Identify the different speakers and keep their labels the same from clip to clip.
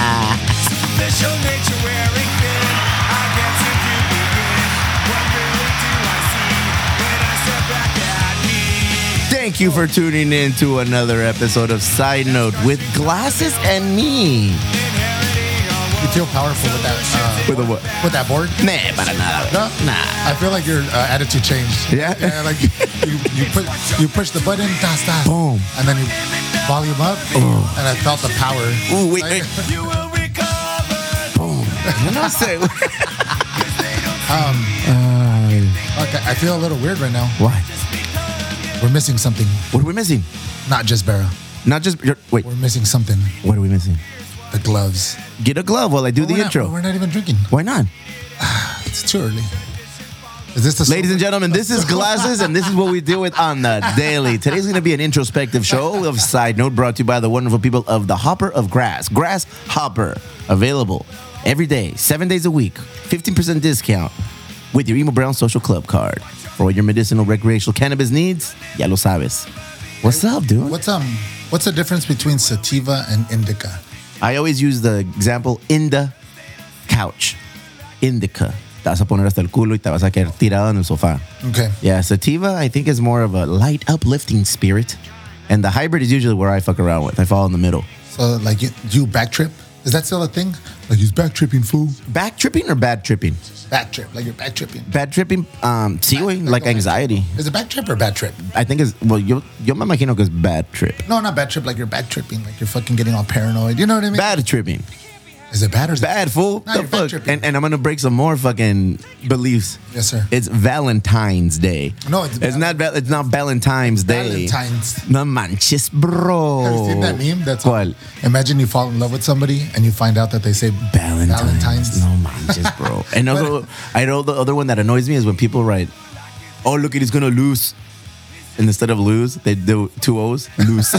Speaker 1: Official nature wearing thin. I get to do begin. What really do I see when I step back at me?
Speaker 2: Thank you for tuning in to another episode of Side Note with Glasses and Me.
Speaker 1: Inheriting a
Speaker 3: You
Speaker 1: world
Speaker 3: feel powerful with that
Speaker 2: With a what?
Speaker 3: uh, with that board.
Speaker 2: Nah, para nada.
Speaker 3: No,
Speaker 2: Nah.
Speaker 3: I feel like your uh, attitude changed.
Speaker 2: Yeah?
Speaker 3: like you, you, you put you push the button, das, das,
Speaker 2: Boom.
Speaker 3: and then you volume up, and I felt the power.
Speaker 2: Ooh, wait, wait.
Speaker 1: you will recover.
Speaker 2: Boom. What I say?
Speaker 3: Um,
Speaker 2: Uh,
Speaker 3: okay, I feel a little weird right now.
Speaker 2: what?
Speaker 3: We're missing something,
Speaker 2: What are we missing?
Speaker 3: not just Barra.
Speaker 2: Not just wait.
Speaker 3: We're missing something.
Speaker 2: What are we missing?
Speaker 3: The gloves.
Speaker 2: Get a glove while I do
Speaker 3: But
Speaker 2: the
Speaker 3: we're not-
Speaker 2: intro.
Speaker 3: We're not even drinking.
Speaker 2: Why not?
Speaker 3: It's too early. Is this the
Speaker 2: Ladies and gentlemen, this is Glasses, and this is what we deal with on the daily. Today's going to be an introspective show of Side Note brought to you by the wonderful people of the Hopper of Grass. Grass Hopper, available every day, seven days a week, 15% discount with your Emo Brown Social Club card. For all your medicinal, recreational cannabis needs, ya lo sabes. What's up, dude?
Speaker 3: What's um? What's the difference between sativa and indica?
Speaker 2: I always use the example in the couch, indica. Te vas a poner hasta el culo y te vas a quedar tirado en el sofá.
Speaker 3: Okay.
Speaker 2: Yeah, sativa I think is more of a light, uplifting spirit, and the hybrid is usually where I fuck around with. I fall in the middle.
Speaker 3: So like you, you back trip? Is that still a thing? Like he's back tripping fool.
Speaker 2: Back tripping or bad tripping?
Speaker 3: Back trip. Like you're back tripping.
Speaker 2: Bad tripping, um, sí, güey, like anxiety.
Speaker 3: Is it back trip or bad trip?
Speaker 2: I think is well, yo, yo me imagino que es bad trip.
Speaker 3: No, not bad trip. Like you're back tripping. Like you're fucking getting all paranoid. You know what I mean?
Speaker 2: Bad tripping,
Speaker 3: Is it bad or is
Speaker 2: bad fool.
Speaker 3: No,
Speaker 2: the
Speaker 3: you're bad
Speaker 2: fuck.
Speaker 3: tripping.
Speaker 2: And, and I'm gonna break some more fucking beliefs.
Speaker 3: Yes, sir.
Speaker 2: It's Valentine's Day.
Speaker 3: No, it's
Speaker 2: it's not. Val- It's not Valentine's
Speaker 3: it
Speaker 2: Day.
Speaker 3: Valentine's?
Speaker 2: No manches, bro.
Speaker 3: Have you seen that meme? That's
Speaker 2: Oh, ¿Cuál?
Speaker 3: Imagine you fall in love with somebody and you find out that they say
Speaker 2: Valentine's.
Speaker 3: Valentine's.
Speaker 2: No manches, bro. and also, I know the other one that annoys me is when people write, "Oh, look, he's gonna lose," and instead of lose, they do two O's, lose.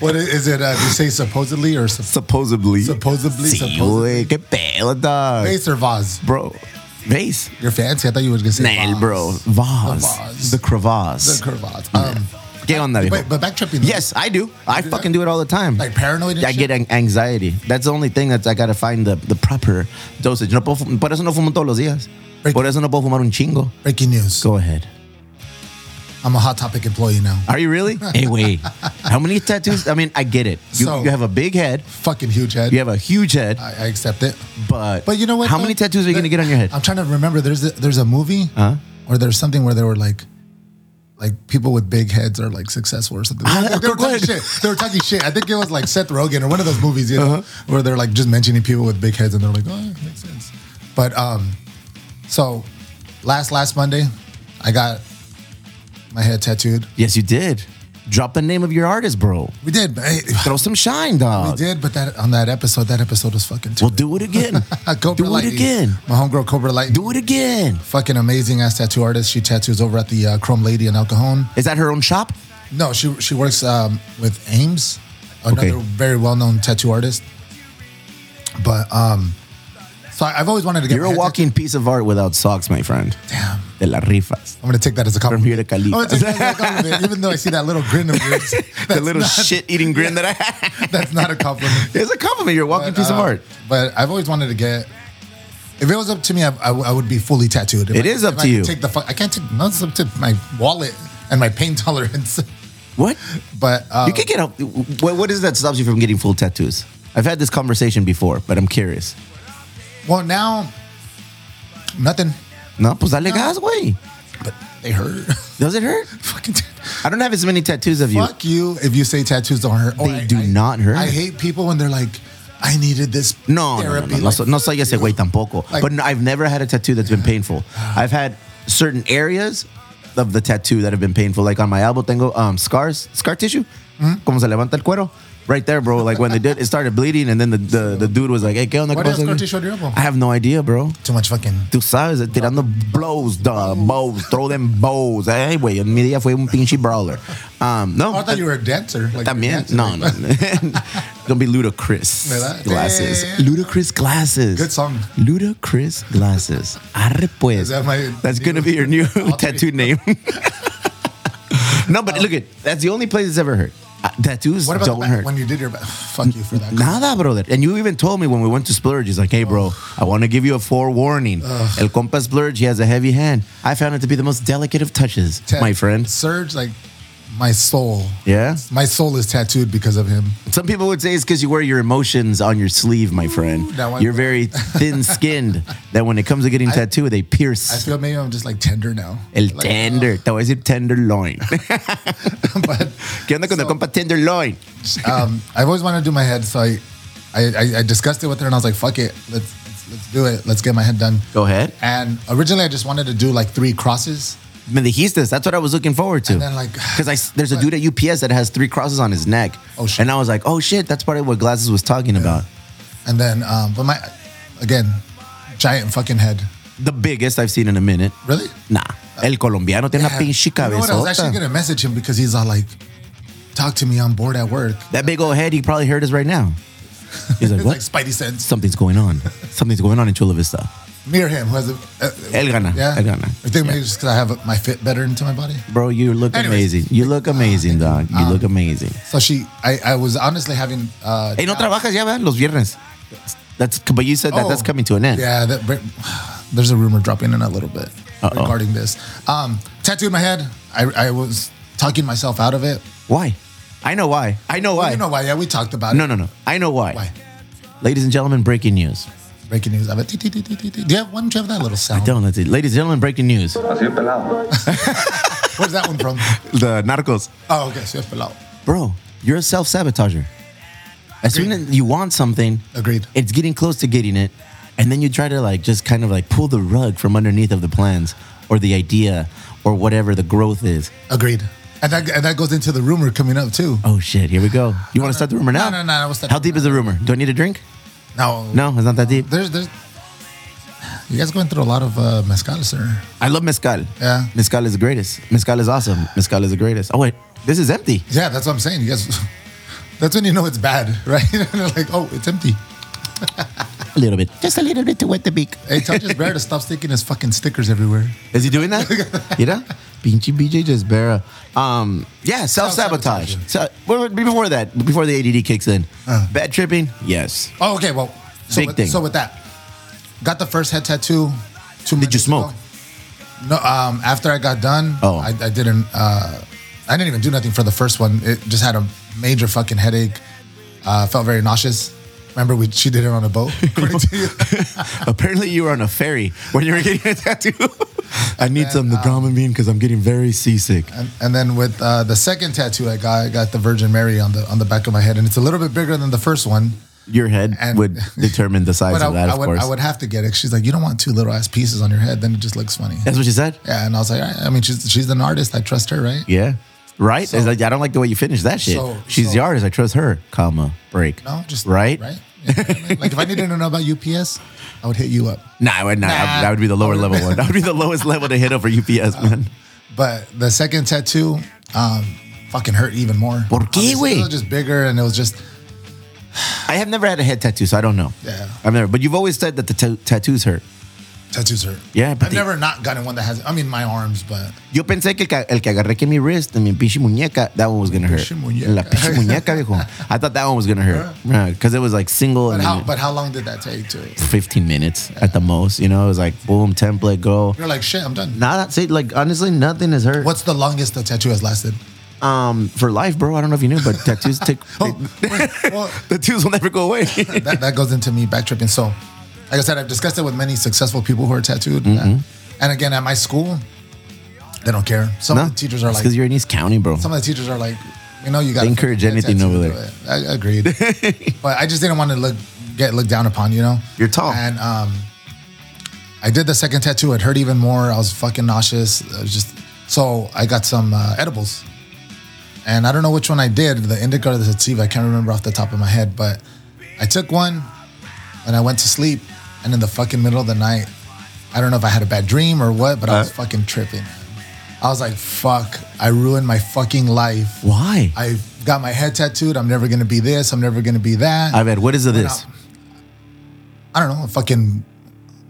Speaker 3: What is, is it? Uh, you say supposedly or sup-
Speaker 2: supposedly.
Speaker 3: Supposedly,
Speaker 2: Sí,
Speaker 3: supposedly.
Speaker 2: güey, qué pedo, dog.
Speaker 3: vase or vase?
Speaker 2: bro. Vase.
Speaker 3: You're fancy. I thought you were gonna say
Speaker 2: Nail,
Speaker 3: vase.
Speaker 2: bro. Vase.
Speaker 3: vase.
Speaker 2: The crevasse.
Speaker 3: The crevasse. Um,
Speaker 2: Get on that.
Speaker 3: but, but back tripping. though.
Speaker 2: Yes, I do. I
Speaker 3: do
Speaker 2: fucking do it all the time.
Speaker 3: Like paranoid and
Speaker 2: I
Speaker 3: shit?
Speaker 2: get an- anxiety. That's the only thing that I gotta find the, the proper dosage. No puedo, fu- por eso no fumo todos los días.
Speaker 3: Right.
Speaker 2: Por eso no puedo fumar un chingo.
Speaker 3: Breaking news.
Speaker 2: Go ahead.
Speaker 3: I'm a hot topic employee now.
Speaker 2: Are you really? hey, wait. How many tattoos? I mean, I get it. You,
Speaker 3: So-
Speaker 2: you have a big head.
Speaker 3: Fucking huge head.
Speaker 2: You have a huge head.
Speaker 3: I, I accept it.
Speaker 2: But
Speaker 3: But you know what?
Speaker 2: How
Speaker 3: though?
Speaker 2: many tattoos are you
Speaker 3: There-
Speaker 2: gonna get on your head?
Speaker 3: I'm trying to remember. There's a, there's a movie
Speaker 2: Huh?
Speaker 3: or there's something where they were like, like people with big heads are like successful or something.
Speaker 2: Ah,
Speaker 3: They were- they were
Speaker 2: go
Speaker 3: talking
Speaker 2: ahead. Uh-huh.
Speaker 3: shit. They were talking shit. I think it was like Seth Rogen or one of those movies, you know, where they're like just mentioning people with big heads and they're like, oh, yeah, makes sense. But um, so last last Monday, I got my head tattooed.
Speaker 2: yes, you did. Drop the name of your artist, bro.
Speaker 3: We did. but hey,
Speaker 2: Throw some shine, dog.
Speaker 3: We did, but that on that episode, that episode was fucking.
Speaker 2: Well, do it again.
Speaker 3: Cobra
Speaker 2: do
Speaker 3: Lightning.
Speaker 2: it again.
Speaker 3: My homegirl Cobra Lightning.
Speaker 2: Do it again.
Speaker 3: fucking amazing ass tattoo artist. She tattoos over at the uh, Chrome Lady in El Cajon.
Speaker 2: Is that her own shop?
Speaker 3: No, she she works um, with Ames, another
Speaker 2: Okay.
Speaker 3: very well known tattoo artist. But um, so I, I've always wanted to get.
Speaker 2: You're
Speaker 3: my
Speaker 2: a
Speaker 3: head
Speaker 2: walking piece of art without socks, my friend.
Speaker 3: Damn. Oh,
Speaker 2: De las rifas.
Speaker 3: tattooed. I'm gonna take that as a compliment.
Speaker 2: here to Cali.
Speaker 3: I'm gonna take that as a compliment, even though I see that little grin of yours.
Speaker 2: The
Speaker 3: That's
Speaker 2: little
Speaker 3: not-
Speaker 2: shit-eating grin that I had.
Speaker 3: That's not a compliment.
Speaker 2: It's a compliment. You're a walking piece of
Speaker 3: Uh,
Speaker 2: art.
Speaker 3: But I've always wanted to get. If it was up to me, I, I, I would be fully tattooed. If
Speaker 2: It
Speaker 3: I-
Speaker 2: is up
Speaker 3: if
Speaker 2: to
Speaker 3: I could
Speaker 2: you.
Speaker 3: Take the fuck. I can't take. No, it's up to my wallet and my pain tolerance.
Speaker 2: What?
Speaker 3: But uh,
Speaker 2: You can get a. What, what is it that stops you from getting full tattoos? I've had this conversation before, but I'm curious.
Speaker 3: well now, nothing.
Speaker 2: No, pues dale gas, güey.
Speaker 3: But they hurt.
Speaker 2: Does it hurt?
Speaker 3: Fucking.
Speaker 2: I don't have as many tattoos of you.
Speaker 3: Fuck you if you say tattoos don't hurt.
Speaker 2: They do not hurt.
Speaker 3: I hate people when they're like, I needed this
Speaker 2: No, no, no,
Speaker 3: therapy.
Speaker 2: no, no,
Speaker 3: like,
Speaker 2: so- no soy ese güey tampoco.
Speaker 3: Like-
Speaker 2: but no, I've never had a tattoo that's been painful. I've had certain areas of the tattoo that have been painful. Like on my elbow, tengo um, scars, scar tissue.
Speaker 3: Mm-hmm.
Speaker 2: Como se levanta el cuero. Right there, bro. Like when they did, it started bleeding, and then the, the, the dude was like, "Hey, ¿qué onda?
Speaker 3: Why
Speaker 2: ¿Qué
Speaker 3: do you
Speaker 2: pasa,
Speaker 3: have scar
Speaker 2: güey?"
Speaker 3: tissue on your elbow?
Speaker 2: I have no idea, bro.
Speaker 3: Too much fucking.
Speaker 2: Tú sabes, tirando blows, dog, bows, throw them bows. Ay, güey, en mi día fue un pinche brawler. Um, no,
Speaker 3: Oh, I thought you were a dancer. Like,
Speaker 2: también,
Speaker 3: dancing.
Speaker 2: no, no. Don't be ludicrous
Speaker 3: ¿Verdad?
Speaker 2: glasses.
Speaker 3: Yeah.
Speaker 2: Ludicrous glasses.
Speaker 3: Good song.
Speaker 2: Ludicrous glasses. Arre pues.
Speaker 3: Is that my
Speaker 2: That's
Speaker 3: new-
Speaker 2: gonna be your new
Speaker 3: I'll take-
Speaker 2: tattoo name. no, but look at that's the only place it's ever hurt. Uh, tattoos
Speaker 3: Um, What about
Speaker 2: don't
Speaker 3: the back,
Speaker 2: hurt.
Speaker 3: when you did your back? Fuck you for that.
Speaker 2: Nada, brother. And you even told me when we went to Splurge, he's like, hey, bro, I want to give you a forewarning. El compa Splurge, he has a heavy hand. I found it to be the most delicate of touches,
Speaker 3: Tat-
Speaker 2: my friend.
Speaker 3: Surge, like my soul.
Speaker 2: Yeah?
Speaker 3: My soul is tattooed because of him.
Speaker 2: Some people would say it's because you wear your emotions on your sleeve, my friend.
Speaker 3: that one-
Speaker 2: You're very thin skinned that when it comes to getting tattooed, they
Speaker 3: I
Speaker 2: pierce.
Speaker 3: feel maybe I'm just like tender now.
Speaker 2: El
Speaker 3: Like,
Speaker 2: tender. That was it, tenderloin.
Speaker 3: but
Speaker 2: ¿Qué onda con el
Speaker 3: So-
Speaker 2: compa tenderloin?
Speaker 3: um, I've always wanted to do my head, so I, I, I, I discussed it with her, and I was like, "Fuck it, let's let's, let's do it. Let's get my head done."
Speaker 2: Go ahead.
Speaker 3: And originally, I just wanted to do like three crosses,
Speaker 2: Me dijiste, that's what I was looking forward to.
Speaker 3: and then like
Speaker 2: Because I s- there's a dude at UPS that has three crosses on his neck.
Speaker 3: Oh, shit.
Speaker 2: And I was like, oh shit, that's part of what Glasses was talking about.
Speaker 3: and then um, but my again, giant fucking head.
Speaker 2: The biggest I've seen in a minute.
Speaker 3: Really?
Speaker 2: Nah. El colombiano tiene una
Speaker 3: Yeah.
Speaker 2: pinche
Speaker 3: You know what? I was
Speaker 2: cabezota.
Speaker 3: actually gonna message him because he's all like, "Talk to me. I'm bored at work."
Speaker 2: that big old head, he probably heard us right now. He's like,
Speaker 3: It's
Speaker 2: what?
Speaker 3: like Spidey sense.
Speaker 2: Something's going on. Something's going on in Chula Vista.
Speaker 3: Near him, who has a uh,
Speaker 2: El gana.
Speaker 3: yeah.
Speaker 2: El gana.
Speaker 3: I think maybe just because I have my fit better into my body.
Speaker 2: Bro, you look
Speaker 3: Anyways. Ah,
Speaker 2: amazing. You look amazing, dog. You look amazing.
Speaker 3: So she, I, I was honestly having. Uh,
Speaker 2: Hey, no trabajas ya, ¿verdad? Los viernes. That's, but you said that that's
Speaker 3: Oh.
Speaker 2: coming to an end.
Speaker 3: Yeah, that, but- there's a rumor dropping in a little bit
Speaker 2: Uh-oh.
Speaker 3: regarding this. Um, tattooed my head. I, I was talking myself out of it.
Speaker 2: Why? I know why. I know
Speaker 3: Well,
Speaker 2: why.
Speaker 3: you know why? Yeah, we talked about it.
Speaker 2: No, no, no. I know why.
Speaker 3: Why?
Speaker 2: Ladies and gentlemen, breaking news.
Speaker 3: Breaking news. I have a tee, tee, tee, tee, tee, tee. Do you have one? Do you have that little sound?
Speaker 2: Don't let it. Ladies and gentlemen, breaking news.
Speaker 4: Así de pelado.
Speaker 3: Where's that one from?
Speaker 2: The narcos.
Speaker 3: Oh, okay. So you have Palau.
Speaker 2: Bro, you're a self sabotager. As soon as you want something,
Speaker 3: Agreed.
Speaker 2: it's getting close to getting it. And then you try to like just kind of like pull the rug from underneath of the plans or the idea or whatever the growth is.
Speaker 3: Agreed. And that, and that goes into the rumor coming up too.
Speaker 2: Oh shit, here we go. You want to start the rumor now?
Speaker 3: no, no, no, we'll start
Speaker 2: How
Speaker 3: the
Speaker 2: deep is the rumor? Do I need a drink?
Speaker 3: No,
Speaker 2: No, it's not that deep.
Speaker 3: There's, there's. You guys going through a lot of uh, mezcal, sir.
Speaker 2: I love mezcal.
Speaker 3: Yeah.
Speaker 2: Mezcal is the greatest. Mezcal is awesome. Mezcal is the greatest. Oh wait, this is empty.
Speaker 3: Yeah, that's what I'm saying. You guys, that's when you know it's bad, right? like, oh, it's empty.
Speaker 2: A little bit. Just a little bit to wet the beak.
Speaker 3: Hey, tell this bear to stop sticking his fucking stickers everywhere.
Speaker 2: Is he doing that? you know? Pinchy BJ just bear. Um, yeah, self sabotage.
Speaker 3: Self-sabotage.
Speaker 2: So, well, before that, before the ADD kicks in,
Speaker 3: Uh.
Speaker 2: bad tripping, yes.
Speaker 3: Oh, okay. Well, so,
Speaker 2: Big
Speaker 3: with,
Speaker 2: thing.
Speaker 3: so with that, got the first head tattoo. Two
Speaker 2: Did you
Speaker 3: Mondays
Speaker 2: smoke?
Speaker 3: ago. No. Um. After I got done,
Speaker 2: Oh.
Speaker 3: I, I didn't. Uh, I didn't even do nothing for the first one. It just had a major fucking headache. Uh, felt very nauseous. Remember, we she did it on a boat. According to you.
Speaker 2: Apparently, you were on a ferry when you were getting a tattoo. I need some Dramamine because I'm getting very seasick.
Speaker 3: And, and then with uh, the second tattoo I got, I got the Virgin Mary on the on the back of my head, and it's a little bit bigger than the first one.
Speaker 2: Your head
Speaker 3: And-
Speaker 2: would determine the size
Speaker 3: But I,
Speaker 2: of that,
Speaker 3: I
Speaker 2: of
Speaker 3: would
Speaker 2: course.
Speaker 3: I would have to get it. She's like, you don't want two little ass pieces on your head, then it just looks funny.
Speaker 2: That's what she said?
Speaker 3: Yeah, and I was like, "All right." I mean, she's she's an artist. I trust her, right?
Speaker 2: Yeah. Right?
Speaker 3: So-
Speaker 2: It's like, I don't like the way you finish that shit.
Speaker 3: So-
Speaker 2: She's the
Speaker 3: so-
Speaker 2: artist. I trust her, comma, break.
Speaker 3: No, just
Speaker 2: right?
Speaker 3: right. You know what I mean? like if I needed to know about UPS, I would hit you up.
Speaker 2: Nah, I would not. I,
Speaker 3: Nah.
Speaker 2: I would be the lower level one. That would be the lowest level to hit over UPS, man.
Speaker 3: But the second tattoo, um, fucking hurt even more.
Speaker 2: ¿Por qué,
Speaker 3: Obviously,
Speaker 2: güey?
Speaker 3: It was just bigger, and it was just
Speaker 2: I have never had a head tattoo, so I don't know.
Speaker 3: Yeah.
Speaker 2: I've never. But you've always said that the ta- tattoos hurt.
Speaker 3: tattoos hurt.
Speaker 2: Yeah, but
Speaker 3: I've
Speaker 2: they-
Speaker 3: never not gotten one that has. I mean, my arms, but
Speaker 2: Yo pensé que el que, el que agarré que mi wrist and mi pinche muñeca, that one was gonna hurt.
Speaker 3: Pinche muñeca.
Speaker 2: La pinche muñeca, viejo. I thought that one was gonna hurt. Because it was like single
Speaker 3: but
Speaker 2: and
Speaker 3: how
Speaker 2: then
Speaker 3: but how long did that take to?
Speaker 2: 15 minutes at the most. You know, it was like boom, template, go.
Speaker 3: You're like shit. I'm done.
Speaker 2: Nah, see, like honestly, nothing has hurt.
Speaker 3: What's the longest the tattoo has lasted?
Speaker 2: um for life, bro? I don't know if you knew, but tattoos take
Speaker 3: Oh, wait, well,
Speaker 2: tattoos will never go away.
Speaker 3: that, that goes into me back tripping. So, like I said, I've discussed it with many successful people who are tattooed.
Speaker 2: Mm-hmm.
Speaker 3: And again, at my school, they don't care. Some of the teachers are like,
Speaker 2: because you're in East County, bro.
Speaker 3: some of the teachers are like, you know, you got to
Speaker 2: encourage anything over
Speaker 3: I, I agreed, but I just didn't want to look get looked down upon. You know,
Speaker 2: You're tall.
Speaker 3: and um, I did the second tattoo. It hurt even more. I was fucking nauseous. I was just so I got some uh, edibles, and I don't know which one I did, the indica or the sativa. I can't remember off the top of my head, but I took one, and I went to sleep, and in the fucking middle of the night, I don't know if I had a bad dream or what, but I was
Speaker 2: Uh.
Speaker 3: fucking tripping. I was like, fuck, I ruined my fucking life.
Speaker 2: Why?
Speaker 3: I got my head tattooed. I'm never gonna be this. I'm never gonna be that.
Speaker 2: I
Speaker 3: I,
Speaker 2: bet. What is this?
Speaker 3: don't know. A fucking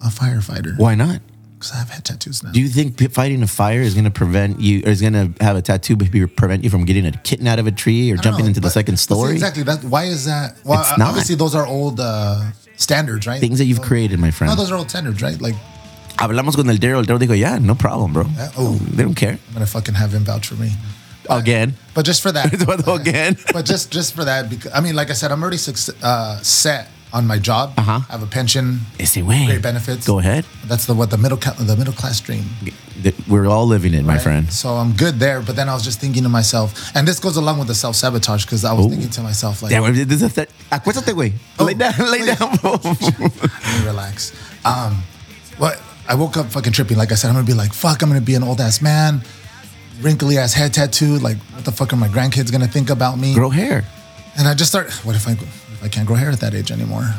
Speaker 3: a firefighter.
Speaker 2: Why not?
Speaker 3: Because I have head tattoos now.
Speaker 2: Do you think p- fighting a fire is going to prevent you, or is going to have a tattoo maybe prevent you from getting a kitten out of a tree or
Speaker 3: I don't
Speaker 2: jumping
Speaker 3: know,
Speaker 2: into the
Speaker 3: but-
Speaker 2: second
Speaker 3: but see,
Speaker 2: story?
Speaker 3: exactly. That, why is that? Well,
Speaker 2: It's
Speaker 3: uh,
Speaker 2: not.
Speaker 3: obviously those are old uh, standards, right?
Speaker 2: Things that you've
Speaker 3: So-
Speaker 2: created, my friend.
Speaker 3: No, those are old standards, right? Like
Speaker 2: Hablamos con el Daryl. El Daryl dijo, yeah, no problem, bro.
Speaker 3: Yeah, oh.
Speaker 2: They don't care.
Speaker 3: I'm gonna fucking have him vouch for me.
Speaker 2: Again.
Speaker 3: But just for that,
Speaker 2: Again.
Speaker 3: but just just for that, because I mean, like I said, I'm already suc uh, set on my job.
Speaker 2: Uh-huh.
Speaker 3: I have a pension.
Speaker 2: Ese way.
Speaker 3: Great benefits.
Speaker 2: Go ahead.
Speaker 3: That's the what the middle ca- the middle class dream,
Speaker 2: Th- We're all living it, my
Speaker 3: right?
Speaker 2: friend.
Speaker 3: So I'm good there. But then I was just thinking to myself, and this goes along with the self sabotage because I was
Speaker 2: Ooh.
Speaker 3: thinking to myself like,
Speaker 2: Damn, this is a Acuéstate, güey.
Speaker 3: Oh.
Speaker 2: Lay down, lay
Speaker 3: wait.
Speaker 2: down, bro.
Speaker 3: let me relax. Um, what I woke up fucking tripping. Like I said, I'm gonna be like, fuck, I'm gonna be an old ass man, wrinkly ass head tattoo. Like, what the fuck are my grandkids gonna think about me?
Speaker 2: Grow hair.
Speaker 3: And I just start. What if I if I can't grow hair at that age anymore?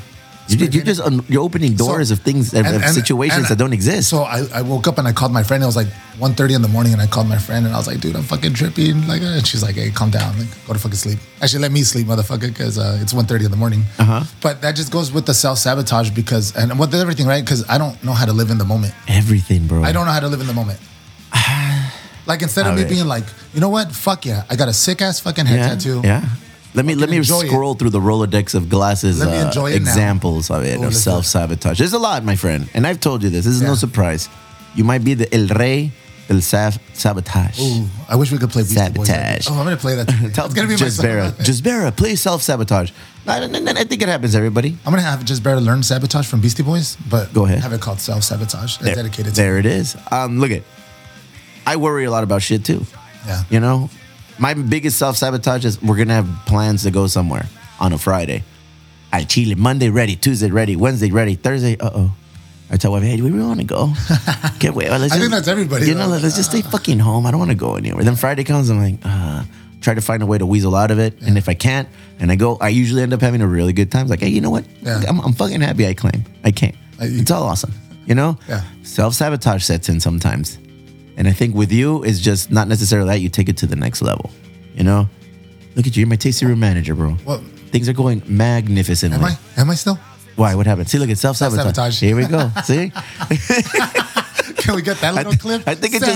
Speaker 2: You, you're just un- you're opening doors
Speaker 3: So-
Speaker 2: of things, of,
Speaker 3: and-
Speaker 2: of
Speaker 3: and-
Speaker 2: situations
Speaker 3: and-
Speaker 2: that don't exist.
Speaker 3: So I, I woke up and I called my friend. It was like 1.30 in the morning, and I called my friend and I was like, "Dude, I'm fucking tripping." Like, uh, and she's like, "Hey, calm down. Like, go to fucking sleep. Actually, let me sleep, motherfucker, because uh, it's 1.30 in the morning." Uh-huh. But that just goes with the self sabotage because and with everything, right? Because I don't know how to live in the moment.
Speaker 2: Everything, bro.
Speaker 3: I don't know how to live in the moment. Like instead
Speaker 2: A
Speaker 3: of me
Speaker 2: ver.
Speaker 3: being like, you know what? Fuck yeah, I got a sick ass fucking head
Speaker 2: yeah,
Speaker 3: tattoo.
Speaker 2: Yeah. Let me let me
Speaker 3: enjoy it.
Speaker 2: scroll through the Rolodex of glasses
Speaker 3: Let me
Speaker 2: uh,
Speaker 3: enjoy it now.
Speaker 2: examples of it
Speaker 3: Oh,
Speaker 2: of
Speaker 3: let's
Speaker 2: self sabotage. There's a lot, my friend, and I've told you this. This is no
Speaker 3: Yeah.
Speaker 2: surprise. You might be the el rey del saf- sabotage.
Speaker 3: Ooh, I wish we could play Beastie Boys.
Speaker 2: Sabotage.
Speaker 3: Oh, I'm gonna play that. today.
Speaker 2: Tell
Speaker 3: it's gonna be my
Speaker 2: Just
Speaker 3: song.
Speaker 2: Vera. Just Vera, please self sabotage. I, I- I think it happens, to everybody.
Speaker 3: I'm gonna have just better learn sabotage from Beastie Boys, but
Speaker 2: Go ahead.
Speaker 3: Have it called self sabotage. It's
Speaker 2: There,
Speaker 3: dedicated to
Speaker 2: there it is. Um, look at. I worry a lot about shit too.
Speaker 3: Yeah.
Speaker 2: You know, my biggest self sabotage is we're gonna have plans to go somewhere on a Friday. I Chile Monday ready, Tuesday ready, Wednesday ready, Thursday. Uh oh. I tell my wife, hey, do we really want to go? Get away. Let's
Speaker 3: I think
Speaker 2: just-
Speaker 3: that's everybody,
Speaker 2: You know,
Speaker 3: though.
Speaker 2: let's just stay fucking home. I don't want to go anywhere. Then Friday comes, I'm like, uh, try to find a way to weasel out of it. And if I can't, and I go, I usually end up having a really good time. Like, hey, you know what?
Speaker 3: Yeah.
Speaker 2: I'm, I'm fucking happy. I claim I can't.
Speaker 3: I-
Speaker 2: It's all awesome. You know,
Speaker 3: Yeah.
Speaker 2: self sabotage sets in sometimes, and I think with you, it's just not necessarily that you take it to the next level. You know, look at you. You're my tasty room manager, bro.
Speaker 3: Well-
Speaker 2: Things are going magnificently.
Speaker 3: Am I? Am I still?
Speaker 2: Why? What happened? See, look, it's self sabotage.
Speaker 3: Self-sabotage.
Speaker 2: Here we go. See,
Speaker 3: Can we get that little clip?
Speaker 2: I think it just